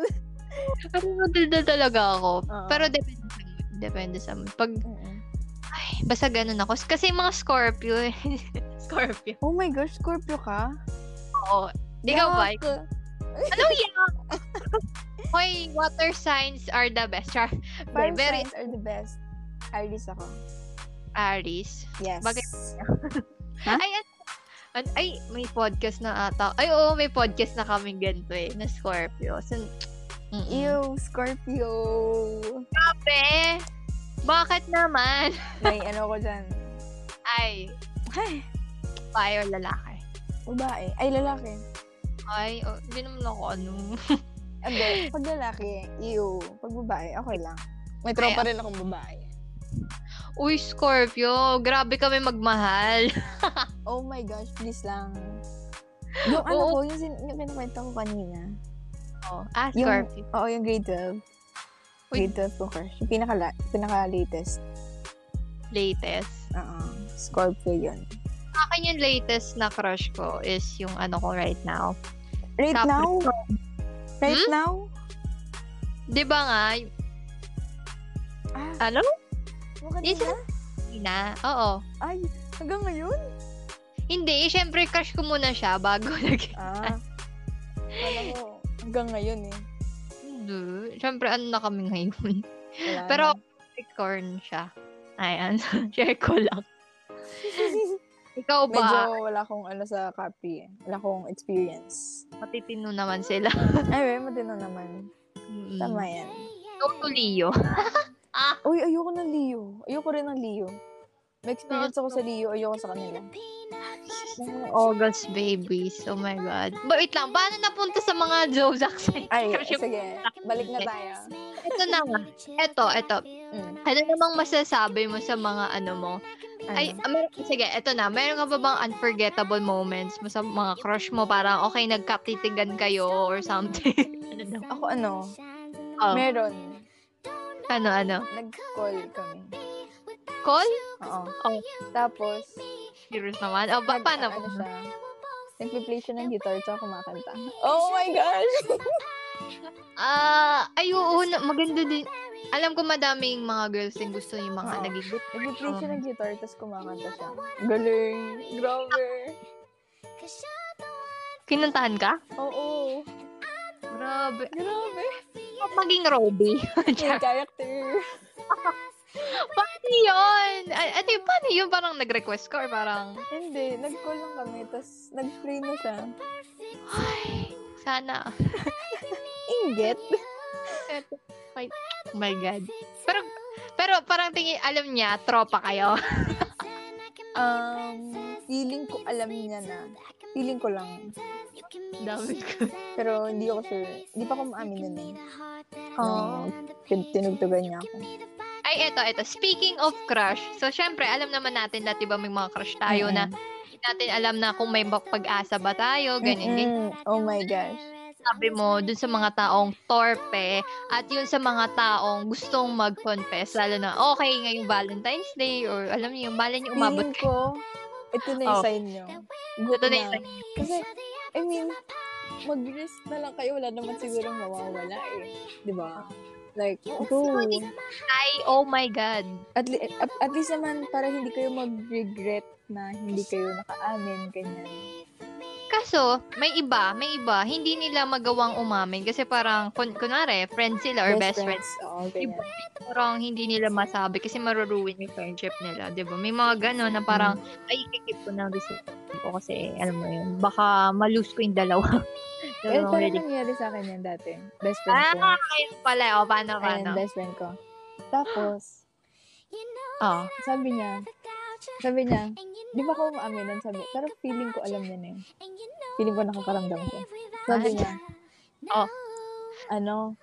Speaker 1: Pero madaldal talaga ako.
Speaker 2: Oo.
Speaker 1: Pero depende sa mood. Depende sa mood. Pag,
Speaker 2: Mm-mm.
Speaker 1: ay, basta ganun ako. Kasi mga Scorpio eh. Scorpio.
Speaker 2: Oh my gosh, Scorpio ka?
Speaker 1: Oo. Ikaw ba?
Speaker 2: Yuck.
Speaker 1: Anong yak? Hoy, water signs are the best. Char.
Speaker 2: Fire
Speaker 1: Very,
Speaker 2: signs are the best. Aries ako.
Speaker 1: Aries.
Speaker 2: Yes.
Speaker 1: Bagay-
Speaker 2: Ha?
Speaker 1: Ay, ano? an- ay, may podcast na ata. Ay, oo, may podcast na kaming ganito eh, na Scorpio. So, mm
Speaker 2: Ew, Scorpio.
Speaker 1: Grabe! Bakit naman?
Speaker 2: May ano ko dyan.
Speaker 1: Ay,
Speaker 2: Ay,
Speaker 1: babae or lalaki?
Speaker 2: babae. Ay, lalaki.
Speaker 1: Ay, oh, hindi naman ako ano.
Speaker 2: Hindi, pag lalaki, ew. Pag babae, okay lang. May
Speaker 1: ah.
Speaker 2: tropa rin akong babae.
Speaker 1: Uy, Scorpio, grabe kami magmahal.
Speaker 2: Oh my gosh, please lang. Yung ano
Speaker 1: Oo.
Speaker 2: ko, yung, sin- yung kinukwento ko kanina.
Speaker 1: Oh, ah,
Speaker 2: Yung-
Speaker 1: Scorpio.
Speaker 2: Oo, yung grade 12.
Speaker 1: Uy.
Speaker 2: Grade 12 ko crush. Yung pinaka, pinaka-latest.
Speaker 1: Latest.
Speaker 2: Oo. Scorpio yun.
Speaker 1: Sa akin yung latest na crush ko is yung ano ko right now.
Speaker 2: Right now?
Speaker 1: Capricorn.
Speaker 2: Right
Speaker 1: Hmm?
Speaker 2: now?
Speaker 1: Di ba nga?
Speaker 2: Ah.
Speaker 1: Ano?
Speaker 2: Yung kanina?
Speaker 1: Isa- Ina? Oo.
Speaker 2: Ay, hanggang ngayon?
Speaker 1: Hindi, syempre crush ko muna siya bago nag-
Speaker 2: Ah. Kala ko, hanggang ngayon eh.
Speaker 1: Hindi. Siyempre, ano na kami ngayon.
Speaker 2: Wala
Speaker 1: Pero,
Speaker 2: na.
Speaker 1: Capricorn siya. Ah. Ayan. Share ko lang. Ikaw ba?
Speaker 2: medyo wala akong ano sa Capri eh. Wala akong experience.
Speaker 1: Matitino naman sila.
Speaker 2: Ay, matino naman.
Speaker 1: Mm.
Speaker 2: Tama yan.
Speaker 1: Ikaw to Leo.
Speaker 2: Uy, ayoko ng Leo. Ayoko rin ng Leo. May experience ako sa Leo, ayoko sa kanila. Oh,
Speaker 1: Mga August babies. Oh my God. But wait lang, paano napunta sa mga Zodiac signs?
Speaker 2: Ay,
Speaker 1: Kasi-
Speaker 2: sige. Balik na tayo.
Speaker 1: Ito na nga. Ito, ito.
Speaker 2: Mm.
Speaker 1: Ano namang masasabi mo sa mga ano mo? Ay,
Speaker 2: Ano?
Speaker 1: ah, mer- sige, eto na. Meron ka ba bang unforgettable moments mo sa mga crush mo? Parang, okay, nagkaptitigan kayo or something. ano daw?
Speaker 2: ako ano,
Speaker 1: Oh,
Speaker 2: meron.
Speaker 1: ano, ano?
Speaker 2: Nag-call kami.
Speaker 1: Call?
Speaker 2: Oo.
Speaker 1: Oh.
Speaker 2: Tapos,
Speaker 1: Serious naman. O, ba,
Speaker 2: nag-
Speaker 1: paano?
Speaker 2: Ano siya? Nagpe-play siya ng guitar tsaka kumakanta. Oh my gosh!
Speaker 1: Ah, ay, oo, na, maganda din. Alam ko madaming mga girls din gusto yung mga
Speaker 2: Oo.
Speaker 1: naging
Speaker 2: Nagpe-play siya ng guitar tapos kumakanta siya. Galing! Grabe!
Speaker 1: Kinantahan ka?
Speaker 2: Oo!
Speaker 1: Grabe.
Speaker 2: Grabe!
Speaker 1: Huwag maging Robby.
Speaker 2: Yung character!
Speaker 1: paano yun? Ay, ate, paano yun? Parang nag-request ka or parang,
Speaker 2: Hindi, nag-call lang kami tapos nag-play na siya.
Speaker 1: ay, sana.
Speaker 2: Inggit!
Speaker 1: Ay, oh my God. Pero, pero parang tingin, alam niya, tropa kayo.
Speaker 2: Um, feeling ko alam niya na. Feeling ko lang.
Speaker 1: Dami ko.
Speaker 2: Pero hindi ako sure. Hindi pa ako maamin nun eh.
Speaker 1: Oh.
Speaker 2: Oo. Tin- Tinugtugan niya ako.
Speaker 1: Ay, eto, eto. Speaking of crush, so syempre, alam naman natin na, di ba, may mga crush tayo na, hindi natin alam na kung may bak- pag-asa ba tayo, ganyan, ganyan.
Speaker 2: Mm-mm. Oh my gosh.
Speaker 1: Sabi mo, dun sa mga taong torpe, at yun sa mga taong gustong mag-confess, lalo na, okay, ngayong Valentine's Day, or alam niyo, yung bala niyo umabot
Speaker 2: Feeling ko, ito na yung
Speaker 1: Oh.
Speaker 2: sign niyo. Good
Speaker 1: Ito na yung
Speaker 2: Kasi, I mean, mag-risk na lang kayo. Wala naman sigurong mawawala eh. Di ba? Like, go.
Speaker 1: Ay, oh my God.
Speaker 2: At, li- at, at least naman, para hindi kayo mag-regret na hindi kayo nakaamin, ganyan.
Speaker 1: Kaso, may iba, may iba, hindi nila magawang umamin kasi parang, kun- kunwari, friend sila or best, friend.
Speaker 2: Oo,
Speaker 1: Iba,
Speaker 2: ganyan.
Speaker 1: parang hindi nila masabi kasi maruruin yung friendship nila, di ba? May mga gano'n na parang, ay, ikikip ko na gusto ko kasi, alam mo yun, baka malose ko yung dalawa.
Speaker 2: Eh,
Speaker 1: Yung
Speaker 2: parang
Speaker 1: really-
Speaker 2: nangyari sa akin yan dati. Best friend
Speaker 1: Ah,
Speaker 2: ko.
Speaker 1: kayo pala. O, paano,
Speaker 2: Ayan,
Speaker 1: paano?
Speaker 2: best friend ko. Tapos,
Speaker 1: Oh.
Speaker 2: sabi niya, sabi niya, di ba ako umaamin nun? Sabi, pero feeling ko alam niya na yun. Feeling ko nakakaramdam ko. Sabi niya,
Speaker 1: Oh.
Speaker 2: ano,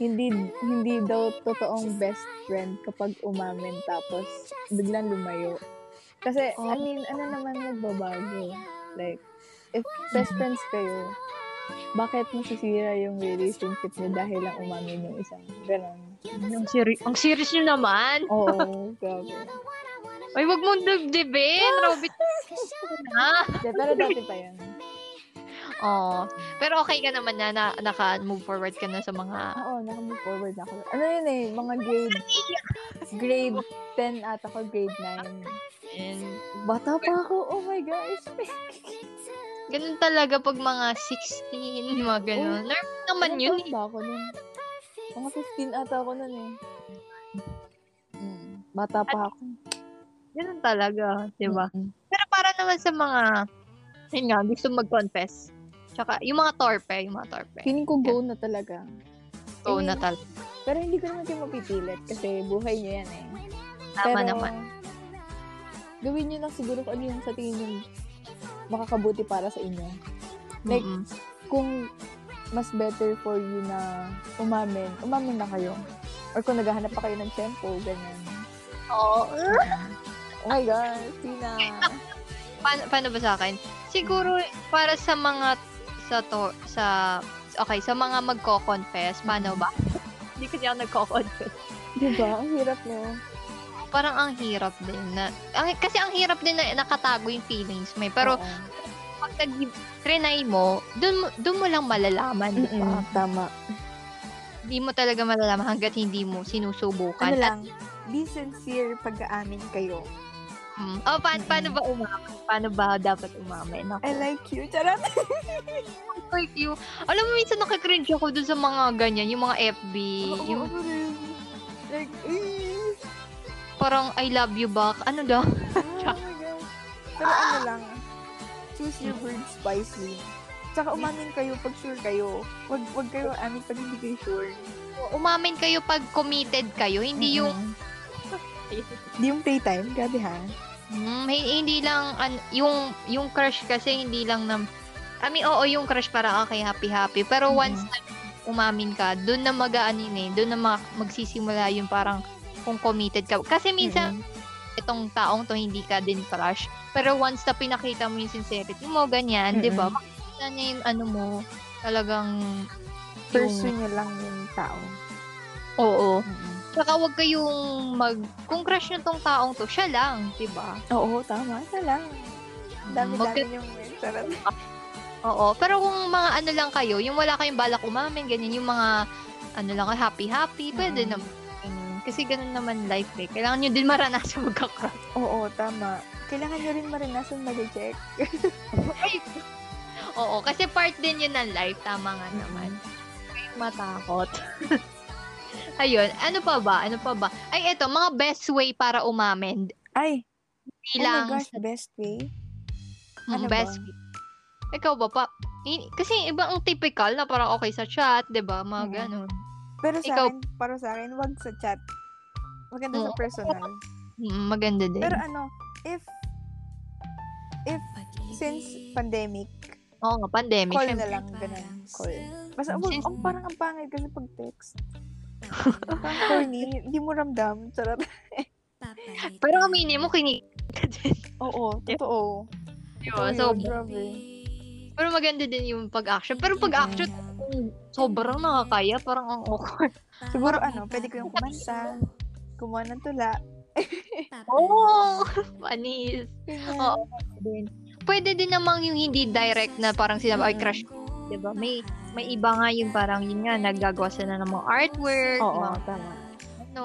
Speaker 2: hindi hindi daw totoong best friend kapag umamin tapos biglang lumayo. Kasi, I
Speaker 1: Oh.
Speaker 2: mean, ano naman nagbabago? Like, if best friends kayo, bakit masisira yung relationship niyo dahil lang umamin yung isang ganon?
Speaker 1: Ang, seri- ang serious nyo naman.
Speaker 2: Oo, grabe.
Speaker 1: Ay, wag mong dugdibin. Robit na.
Speaker 2: Hindi, pero dati pa yan.
Speaker 1: Oo. oh. Pero okay ka naman na, na naka-move forward ka na sa mga...
Speaker 2: Ah, Oo, nakamove forward na ako. Ano yun eh, mga grade, grade 10 at ako, grade 9.
Speaker 1: And,
Speaker 2: Bata pa ako, oh my gosh.
Speaker 1: ganun talaga pag mga 16, mga ganun.
Speaker 2: Oh.
Speaker 1: Normal naman
Speaker 2: Ilang
Speaker 1: yun. eh.
Speaker 2: taon ba ako nun? Mga 15 ata ako nun eh. Mm, bata pa ako.
Speaker 1: Ganun talaga, di ba?
Speaker 2: Mm.
Speaker 1: Pero para naman sa mga, yun nga, gusto mag-confess. Tsaka, yung mga torpe, yung mga torpe.
Speaker 2: Feeling ko go na talaga.
Speaker 1: Go na talaga.
Speaker 2: Pero hindi ko naman kayo mapipilit kasi buhay niyo yan eh.
Speaker 1: Tama
Speaker 2: Pero,
Speaker 1: naman.
Speaker 2: Gawin niyo lang siguro kung ano yung sa tingin yung makakabuti para sa inyo. Like,
Speaker 1: Mm-mm.
Speaker 2: kung mas better for you na umamin, umamin na kayo. Or kung naghahanap pa kayo ng tempo, ganyan.
Speaker 1: Oo.
Speaker 2: Oh my God, Tina.
Speaker 1: Paano, paano ba sa akin? Siguro, para sa mga, sa to, sa, okay, sa mga magko-confess, paano ba? Hindi kasi ako nagko-confess.
Speaker 2: diba? Ang hirap no.
Speaker 1: Parang ang hirap din na, ang, kasi ang hirap din na nakatago yung feelings mo eh. Pero,
Speaker 2: Oo.
Speaker 1: pag nag-trinay mo, dun, mo- dun mo lang malalaman, di ba?
Speaker 2: Mm-mm, tama.
Speaker 1: Hindi mo talaga malalaman hanggat hindi mo sinusubukan.
Speaker 2: Ano
Speaker 1: At,
Speaker 2: lang, be sincere pag-aamin kayo.
Speaker 1: mm, oh, paano, paano ba umamin? Paano ba dapat umamin? Ako.
Speaker 2: I like you. Charot.
Speaker 1: like you. Alam mo, minsan nakikringe ako dun sa mga ganyan, yung mga FB,
Speaker 2: Oo,
Speaker 1: yung
Speaker 2: ako rin. Like, eh.
Speaker 1: parang I love you back. Ano daw?
Speaker 2: Oh my God. Pero ano lang, choose your words wisely. Tsaka umamin kayo pag sure kayo. Wag, wag kayo amin pag hindi kayo sure.
Speaker 1: Umamin kayo pag committed kayo, hindi yung
Speaker 2: Hindi yung playtime. Grabe ha.
Speaker 1: Mm, hi- hindi lang an- yung yung crush kasi hindi lang nam I mean, oo, yung crush para kay happy-happy. Pero
Speaker 2: Mhm.
Speaker 1: once na umamin ka, doon na mag-aanin eh, doon na mag- magsisimula yung parang kung committed ka. Kasi minsan, itong taong to hindi ka din crush. Pero once na pinakita mo yung sincerity mo, ganyan, di ba? Makikita niya yung ano mo, talagang yung-
Speaker 2: Pursue nyo lang yung tao.
Speaker 1: Oo. Tsaka huwag kayong mag... Kung crush nyo tong taong to, siya lang, di ba?
Speaker 2: Oo, tama. Ito lang.
Speaker 1: Mag-
Speaker 2: Dami-dami yung sarap.
Speaker 1: Oo. Pero kung mga ano lang kayo, yung wala kayong balak umamin, ganyan, yung mga ano lang, happy-happy, pwede
Speaker 2: Mm.
Speaker 1: naman. Ganun. Kasi ganun naman life eh. Kailangan nyo din maranasan magkakrush.
Speaker 2: Oo, tama. Kailangan nyo rin maranasan mag-check.
Speaker 1: Ay! Oo, kasi part din yun ng life. Tama nga naman. Kayong matakot. Ayun. Ano pa ba? Ano pa ba? Ay, eto, mga best way para umamin.
Speaker 2: Ay, oh my
Speaker 1: Bilang
Speaker 2: gosh, best way.
Speaker 1: Mm,
Speaker 2: Ano
Speaker 1: best
Speaker 2: ba?
Speaker 1: way. Ikaw ba pa? in- kasi yung iba ang typical na parang okay sa chat, 'di ba? Mga
Speaker 2: Mm.
Speaker 1: ganun.
Speaker 2: Pero sa
Speaker 1: Ikaw-
Speaker 2: akin, para sa akin, wag sa chat. Maganda sa
Speaker 1: Oo.
Speaker 2: personal.
Speaker 1: Mm, maganda din.
Speaker 2: Pero ano, if if since pandemic,
Speaker 1: Oo, nga, pandemic.
Speaker 2: call
Speaker 1: syempre.
Speaker 2: na lang ganun, call. Basta wag,
Speaker 1: Since-
Speaker 2: ang parang ang pangit kasi pag text. Parang corny, hindi mo ramdam. Charot.
Speaker 1: Pero aminin mo kinig ka din.
Speaker 2: Oo, totoo.
Speaker 1: Di
Speaker 2: Totoo
Speaker 1: ba? So,
Speaker 2: yun, grabe.
Speaker 1: pero maganda din yung pag-action. Pero pag-action,
Speaker 2: Mm-hmm.
Speaker 1: kung sobrang nakakaya. Parang ang awkward.
Speaker 2: Siguro ano, pwede ko yung kumanta, gumawa ng tula.
Speaker 1: Oo! Oh! Panis.
Speaker 2: Ganyan.
Speaker 1: Oo. Din. Pwede din namang yung hindi direct na parang sinabi, ay,
Speaker 2: Mm-hmm.
Speaker 1: crush ko. Di ba? May, may iba nga yung parang yun nga, naggagawa sila ng mga artwork,
Speaker 2: Oo,
Speaker 1: mga
Speaker 2: tama.
Speaker 1: ano,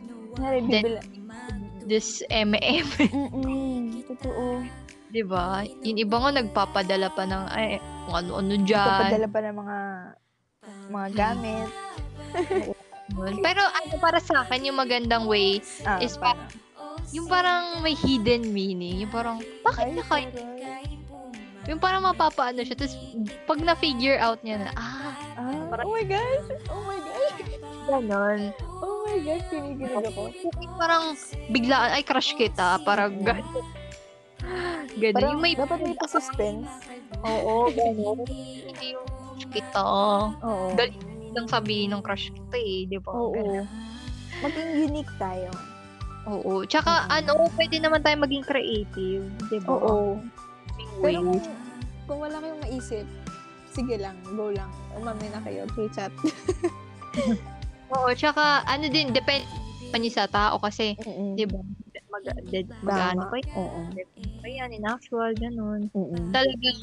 Speaker 2: Naribibila.
Speaker 1: this MM.
Speaker 2: Mm-mm, totoo.
Speaker 1: Di ba? Yung iba nga nagpapadala pa ng, ay, kung ano-ano dyan.
Speaker 2: Papadala pa ng mga mga gamit.
Speaker 1: Yun. Pero ano para sa akin yung magandang way,
Speaker 2: Ah,
Speaker 1: Is
Speaker 2: paano?
Speaker 1: yung parang may hidden meaning, yung parang bakit
Speaker 2: Ay,
Speaker 1: na kayo?
Speaker 2: charot.
Speaker 1: Yung parang mapapaano siya. Tapos, pag na-figure out niya na, ah,
Speaker 2: Ah, oh my gosh! Oh my gosh!
Speaker 1: ganon.
Speaker 2: Oh my gosh! Kinikilig ako.
Speaker 1: Parang biglaan, ay, crush kita. Parang, gan- ganon.
Speaker 2: Parang
Speaker 1: yung may
Speaker 2: dapat may pa-suspense.
Speaker 1: Oo, ganon. Hindi yung crush kita.
Speaker 2: Oo.
Speaker 1: Dali lang sabihin ng crush kita eh, di ba?
Speaker 2: Oo.
Speaker 1: Ganon.
Speaker 2: Maging unique tayo.
Speaker 1: Oo. Tsaka, ano, pwede naman tayo maging creative, di ba?
Speaker 2: Oo.
Speaker 1: Yung
Speaker 2: Pero
Speaker 1: ways.
Speaker 2: kung, kung wala kayong maisip, sige lang, go lang. Umamin na kayo, okay, chat.
Speaker 1: Oo, tsaka, ano din, depende pa niyo sa tao kasi, di ba, mag, de- mag ano
Speaker 2: Tama.
Speaker 1: pa yan,
Speaker 2: Oo.
Speaker 1: pa yan, in actual, ganun.
Speaker 2: Mm-mm.
Speaker 1: Talagang,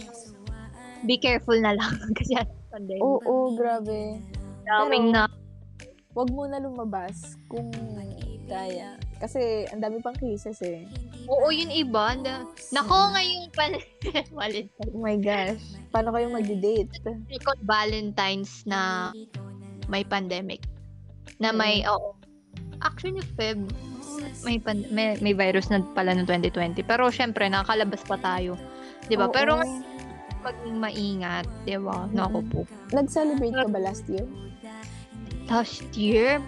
Speaker 1: be careful na lang kasi ano, pandemic.
Speaker 2: Oo, grabe.
Speaker 1: daming na,
Speaker 2: Huwag mo na lumabas kung kaya. Kasi ang dami pang cases eh.
Speaker 1: oo, yun iba. Na, nako, ngayon pa, Valentine's,
Speaker 2: Oh my gosh. Paano kayo mag-date?
Speaker 1: second Valentine's na may pandemic. Na may, oo. Actually, Feb, may, pan- may, may virus na pala noong 2020. Pero, syempre, nakakalabas pa tayo. Di ba?
Speaker 2: Oo.
Speaker 1: Pero, maging maingat, di ba? Naku po.
Speaker 2: Mm. Nag-celebrate ka ba last year? Mm.
Speaker 1: Last year,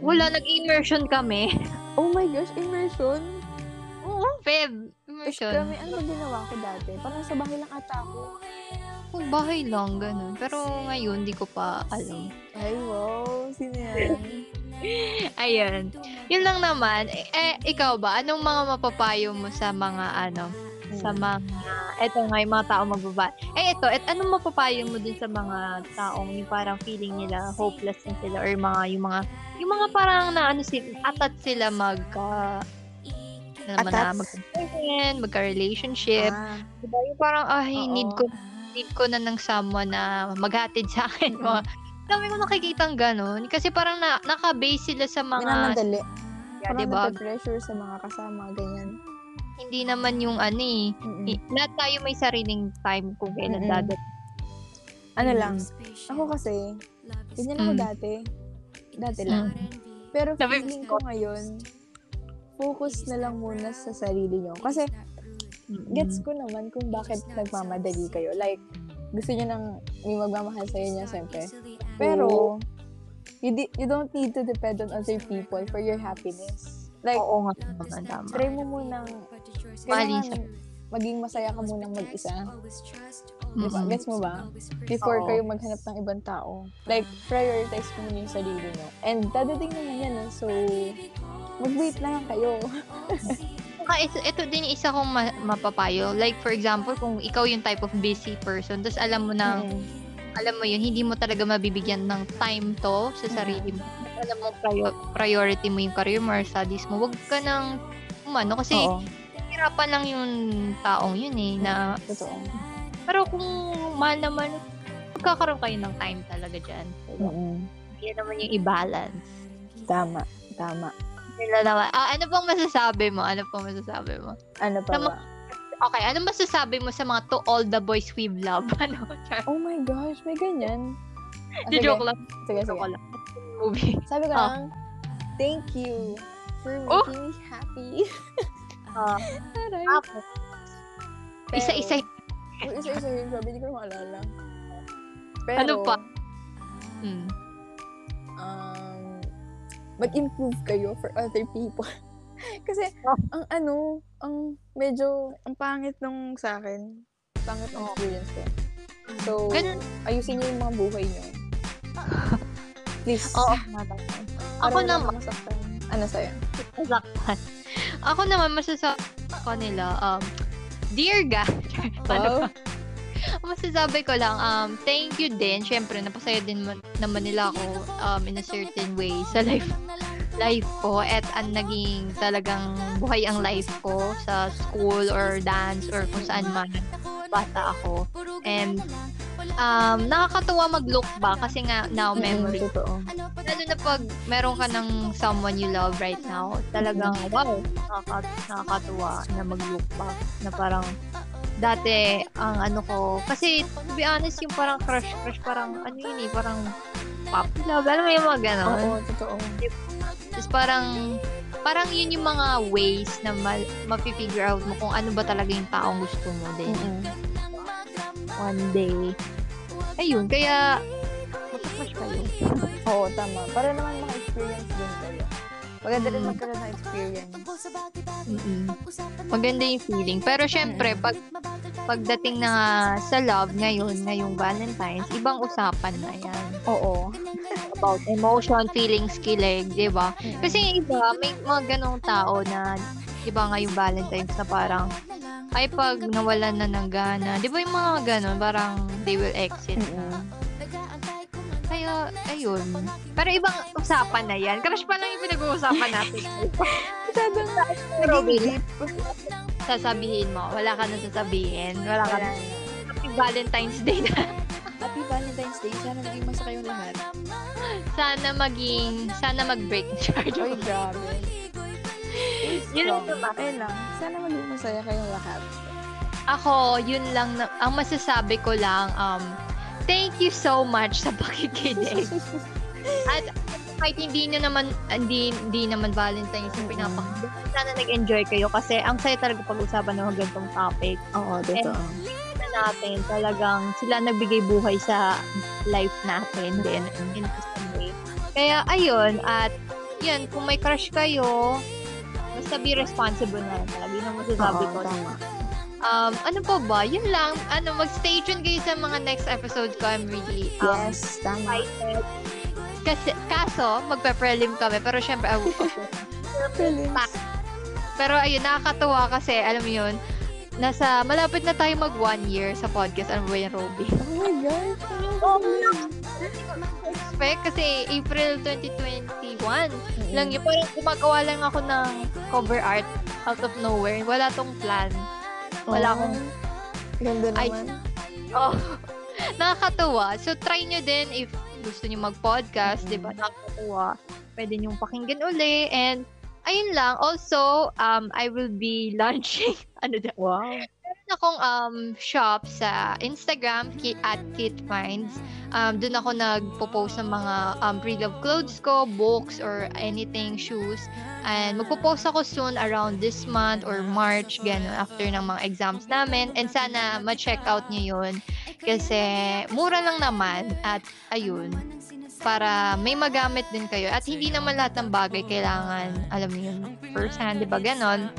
Speaker 1: wala, nag-immersion kami.
Speaker 2: Oh my gosh, immersion.
Speaker 1: Oo, Feb,
Speaker 2: Ish,
Speaker 1: immersion.
Speaker 2: grabe, ano ba ginawa ko dati? Parang sa bahay lang ata ako.
Speaker 1: Kung bahay lang, ganun. Pero ngayon, di ko pa alam.
Speaker 2: Ay, wow. Sino yan?
Speaker 1: Ayan. Yun lang naman. Eh, eh, ikaw ba? Anong mga mapapayo mo sa mga ano? Sa mga, eto nga yung mga tao magbaba. Eh, eto, et, anong mapapayo mo dun sa mga taong yung parang feeling nila hopeless na sila or mga, yung mga, yung mga parang na ano sila, atat sila magka, ano naman na,
Speaker 2: Atats?
Speaker 1: magka-boyfriend, magka-relationship.
Speaker 2: Ah,
Speaker 1: Diba yung parang, ay,
Speaker 2: Oo.
Speaker 1: need ko, need ko na ng someone na maghatid sa akin.
Speaker 2: Mm.
Speaker 1: Mga- Dami ko nakikitang ganun. Kasi parang na, naka-base sila sa mga,
Speaker 2: minamadali.
Speaker 1: yeah,
Speaker 2: Parang
Speaker 1: diba?
Speaker 2: pressure sa mga kasama, ganyan.
Speaker 1: Hindi naman yung ano eh.
Speaker 2: Mm-mm.
Speaker 1: i- Lahat tayo may sariling time kung kailan
Speaker 2: Mm. Mm-mm.
Speaker 1: dadat.
Speaker 2: Ano lang, ako kasi, ganyan ako
Speaker 1: Mm.
Speaker 2: dati. Dati lang. Pero
Speaker 1: Sabi-
Speaker 2: feeling ko ngayon, focus na lang muna sa sarili nyo. Kasi,
Speaker 1: Mm.
Speaker 2: gets ko naman kung bakit nagmamadali kayo. Like, gusto nyo ng may magmamahal sa'yo niya, siyempre. Pero, you, di- you don't need to depend on other people for your happiness. Like,
Speaker 1: Oo nga naman, tama.
Speaker 2: try mo munang,
Speaker 1: Mahalin
Speaker 2: kailangan maging masaya ka munang mag-isa. Diba?
Speaker 1: Mhm.
Speaker 2: Gets mo ba? Before
Speaker 1: Oo.
Speaker 2: kayo maghanap ng ibang tao. Like, prioritize mo muna yung sarili nyo. And dadating naman yan eh. So, mag-wait na lang kayo.
Speaker 1: Saka ito, ito din yung isa kong ma- mapapayo. Like for example, kung ikaw yung type of busy person, tapos alam mo na,
Speaker 2: Mm.
Speaker 1: alam mo yun, hindi mo talaga mabibigyan ng time to sa
Speaker 2: Mm.
Speaker 1: sarili mo. Alam mo, prior- priority mo yung career mo or studies mo. Huwag ka nang umano kasi
Speaker 2: Oo.
Speaker 1: hirapan lang yung taong yun eh. Na,
Speaker 2: Totoo.
Speaker 1: pero kung mahal naman, magkakaroon kayo ng time talaga dyan. So,
Speaker 2: mm
Speaker 1: yan naman yung i-balance.
Speaker 2: Tama. Tama.
Speaker 1: Nila naman. Ah, ano pang masasabi mo? Ano pang masasabi mo?
Speaker 2: Ano pa
Speaker 1: Tama.
Speaker 2: ba?
Speaker 1: Okay, ano masasabi mo sa mga to all the boys we love? Ano? Char-
Speaker 2: Oh my gosh, may ganyan. Ah, sige.
Speaker 1: Joke lang.
Speaker 2: Sige,
Speaker 1: Joke
Speaker 2: sige.
Speaker 1: lang. Movie.
Speaker 2: Sabi ko
Speaker 1: Ah.
Speaker 2: lang, thank you for
Speaker 1: Oh!
Speaker 2: making me happy.
Speaker 1: Ah,
Speaker 2: Aray.
Speaker 1: tapos, isa-isa
Speaker 2: Pero, isa-isa yun, grabe, hindi ko na maalala. Pero,
Speaker 1: Ano pa? Hmm.
Speaker 2: um, mag-improve kayo for other people. Kasi,
Speaker 1: Oh.
Speaker 2: ang ano, ang medyo, ang pangit nung sa akin, pangit ng experience ko. So,
Speaker 1: Oh. Ganun.
Speaker 2: ayusin niyo yung mga buhay niyo. Please.
Speaker 1: Oo, matapos. Ako
Speaker 2: Para wala
Speaker 1: naman,
Speaker 2: kang masaktan. Ano sa'yo?
Speaker 1: masaktan. Ako naman, masasabi ko nila, um, Dear God, ano
Speaker 2: Wow.
Speaker 1: ba? Ang masasabi ko lang, um, thank you din. Siyempre, napasaya din mo- naman nila ako um, in a certain way sa life life ko at ang naging talagang buhay ang life ko sa school or dance or kung saan man bata ako. And um, nakakatuwa mag-look back kasi nga now memory.
Speaker 2: Mm, Totoo.
Speaker 1: Lalo na pag meron ka ng someone you love right now, talagang wow, nakaka- nakakatuwa na mag-look back na parang dati ang ano ko, kasi to be honest, yung parang crush-crush, parang ano yun eh, parang pop love, alam mo yung mga ganon.
Speaker 2: Oo, totoo.
Speaker 1: Tapos parang, parang yun yung mga ways na ma- mapifigure out mo kung ano ba talaga yung taong gusto mo din.
Speaker 2: Mm-mm.
Speaker 1: one day. Ayun, kaya magkakrush kayo.
Speaker 2: Oo, tama. Para naman maka-experience din kayo. Maganda
Speaker 4: Hmm.
Speaker 2: rin
Speaker 1: Mm.
Speaker 2: magkaroon ng experience.
Speaker 1: Mm-mm. Maganda yung feeling. Pero syempre, pag pagdating na nga sa love ngayon, ngayong Valentine's, ibang usapan na yan.
Speaker 2: Oo.
Speaker 1: About emotion, feelings, kilig, di ba?
Speaker 2: Mm.
Speaker 1: Kasi yung iba, may mga ganong tao na, di ba ngayong Valentine's na parang, ay pag nawalan na ng gana, di ba yung mga ganon, parang they will exit.
Speaker 2: Mm-mm.
Speaker 1: Kaya, ayun. Pero ibang usapan na yan. Crush pa lang yung pinag-uusapan natin.
Speaker 2: Masyadong
Speaker 1: Naging deep. Sasabihin mo, wala ka na sasabihin. Wala ka na. Happy Valentine's Day na.
Speaker 4: Happy Valentine's Day. Sana naging masa kayong lahat.
Speaker 1: Sana maging, sana mag-break na charge.
Speaker 2: Ay, grabe.
Speaker 1: Yun lang naman.
Speaker 4: Ayun lang. Sana maging masaya kayong lahat.
Speaker 1: Ako, yun lang, na, ang masasabi ko lang, um, thank you so much sa pakikinig. At kahit hindi nyo naman, hindi, hindi naman Valentine's yung pinapakinig, sana nag-enjoy kayo kasi ang saya talaga pag-usapan ng mga ganitong topic.
Speaker 4: Oo,
Speaker 1: totoo. na natin, talagang sila nagbigay buhay sa life natin din in some way. Kaya ayun, at yun, kung may crush kayo, basta be responsible na lang talaga. Yun ang masasabi ko. Um, ano pa ba? Yun lang. Ano, mag-stay tuned kayo sa mga next episode ko. I'm really um,
Speaker 4: Yes, tama.
Speaker 1: excited. Kasi, kaso, magpe-prelim kami. Pero syempre, I will-
Speaker 4: Feelings.
Speaker 1: pero ayun, nakakatuwa kasi, alam mo yun, nasa, malapit na tayo mag one year sa podcast. Ano ba yan, Robby?
Speaker 4: Oh my God.
Speaker 1: Oh, expect kasi April 2021 lang yun. Parang gumagawa lang ako ng cover art out of nowhere. Wala tong plan. Wala akong...
Speaker 4: Ganda
Speaker 1: Ay.
Speaker 4: naman.
Speaker 1: Oh. Nakakatuwa. So, try nyo din if gusto nyo mag-podcast, di ba? Nakakatuwa. Pwede nyo pakinggan uli. And, ayun lang. Also, um, I will be launching, ano na,
Speaker 2: Wow.
Speaker 1: meron akong um, shop sa Instagram, ki- at Kit Finds. Um, doon ako nagpo-post ng mga um, pre-love clothes ko, books, or anything, shoes. And magpo-post ako soon around this month or March, ganun, after ng mga exams namin. And sana ma-check out nyo yun. Kasi mura lang naman at ayun, para may magamit din kayo. At hindi naman lahat ng bagay kailangan, alam mo yun, first hand, di ba, ganon.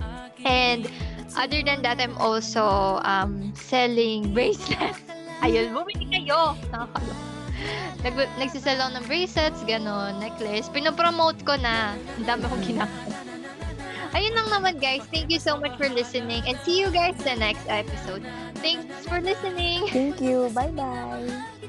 Speaker 1: And Other than that, I'm also um, selling bracelets. Ayun, bumili kayo. Nakakalo. Nag nagsisell ako ng bracelets, gano'n, necklace. Pinopromote ko na. Ang dami kong ginagawa. Ayun lang naman guys. Thank you so much for listening and see you guys the next episode. Thanks for listening.
Speaker 4: Thank you. Bye-bye.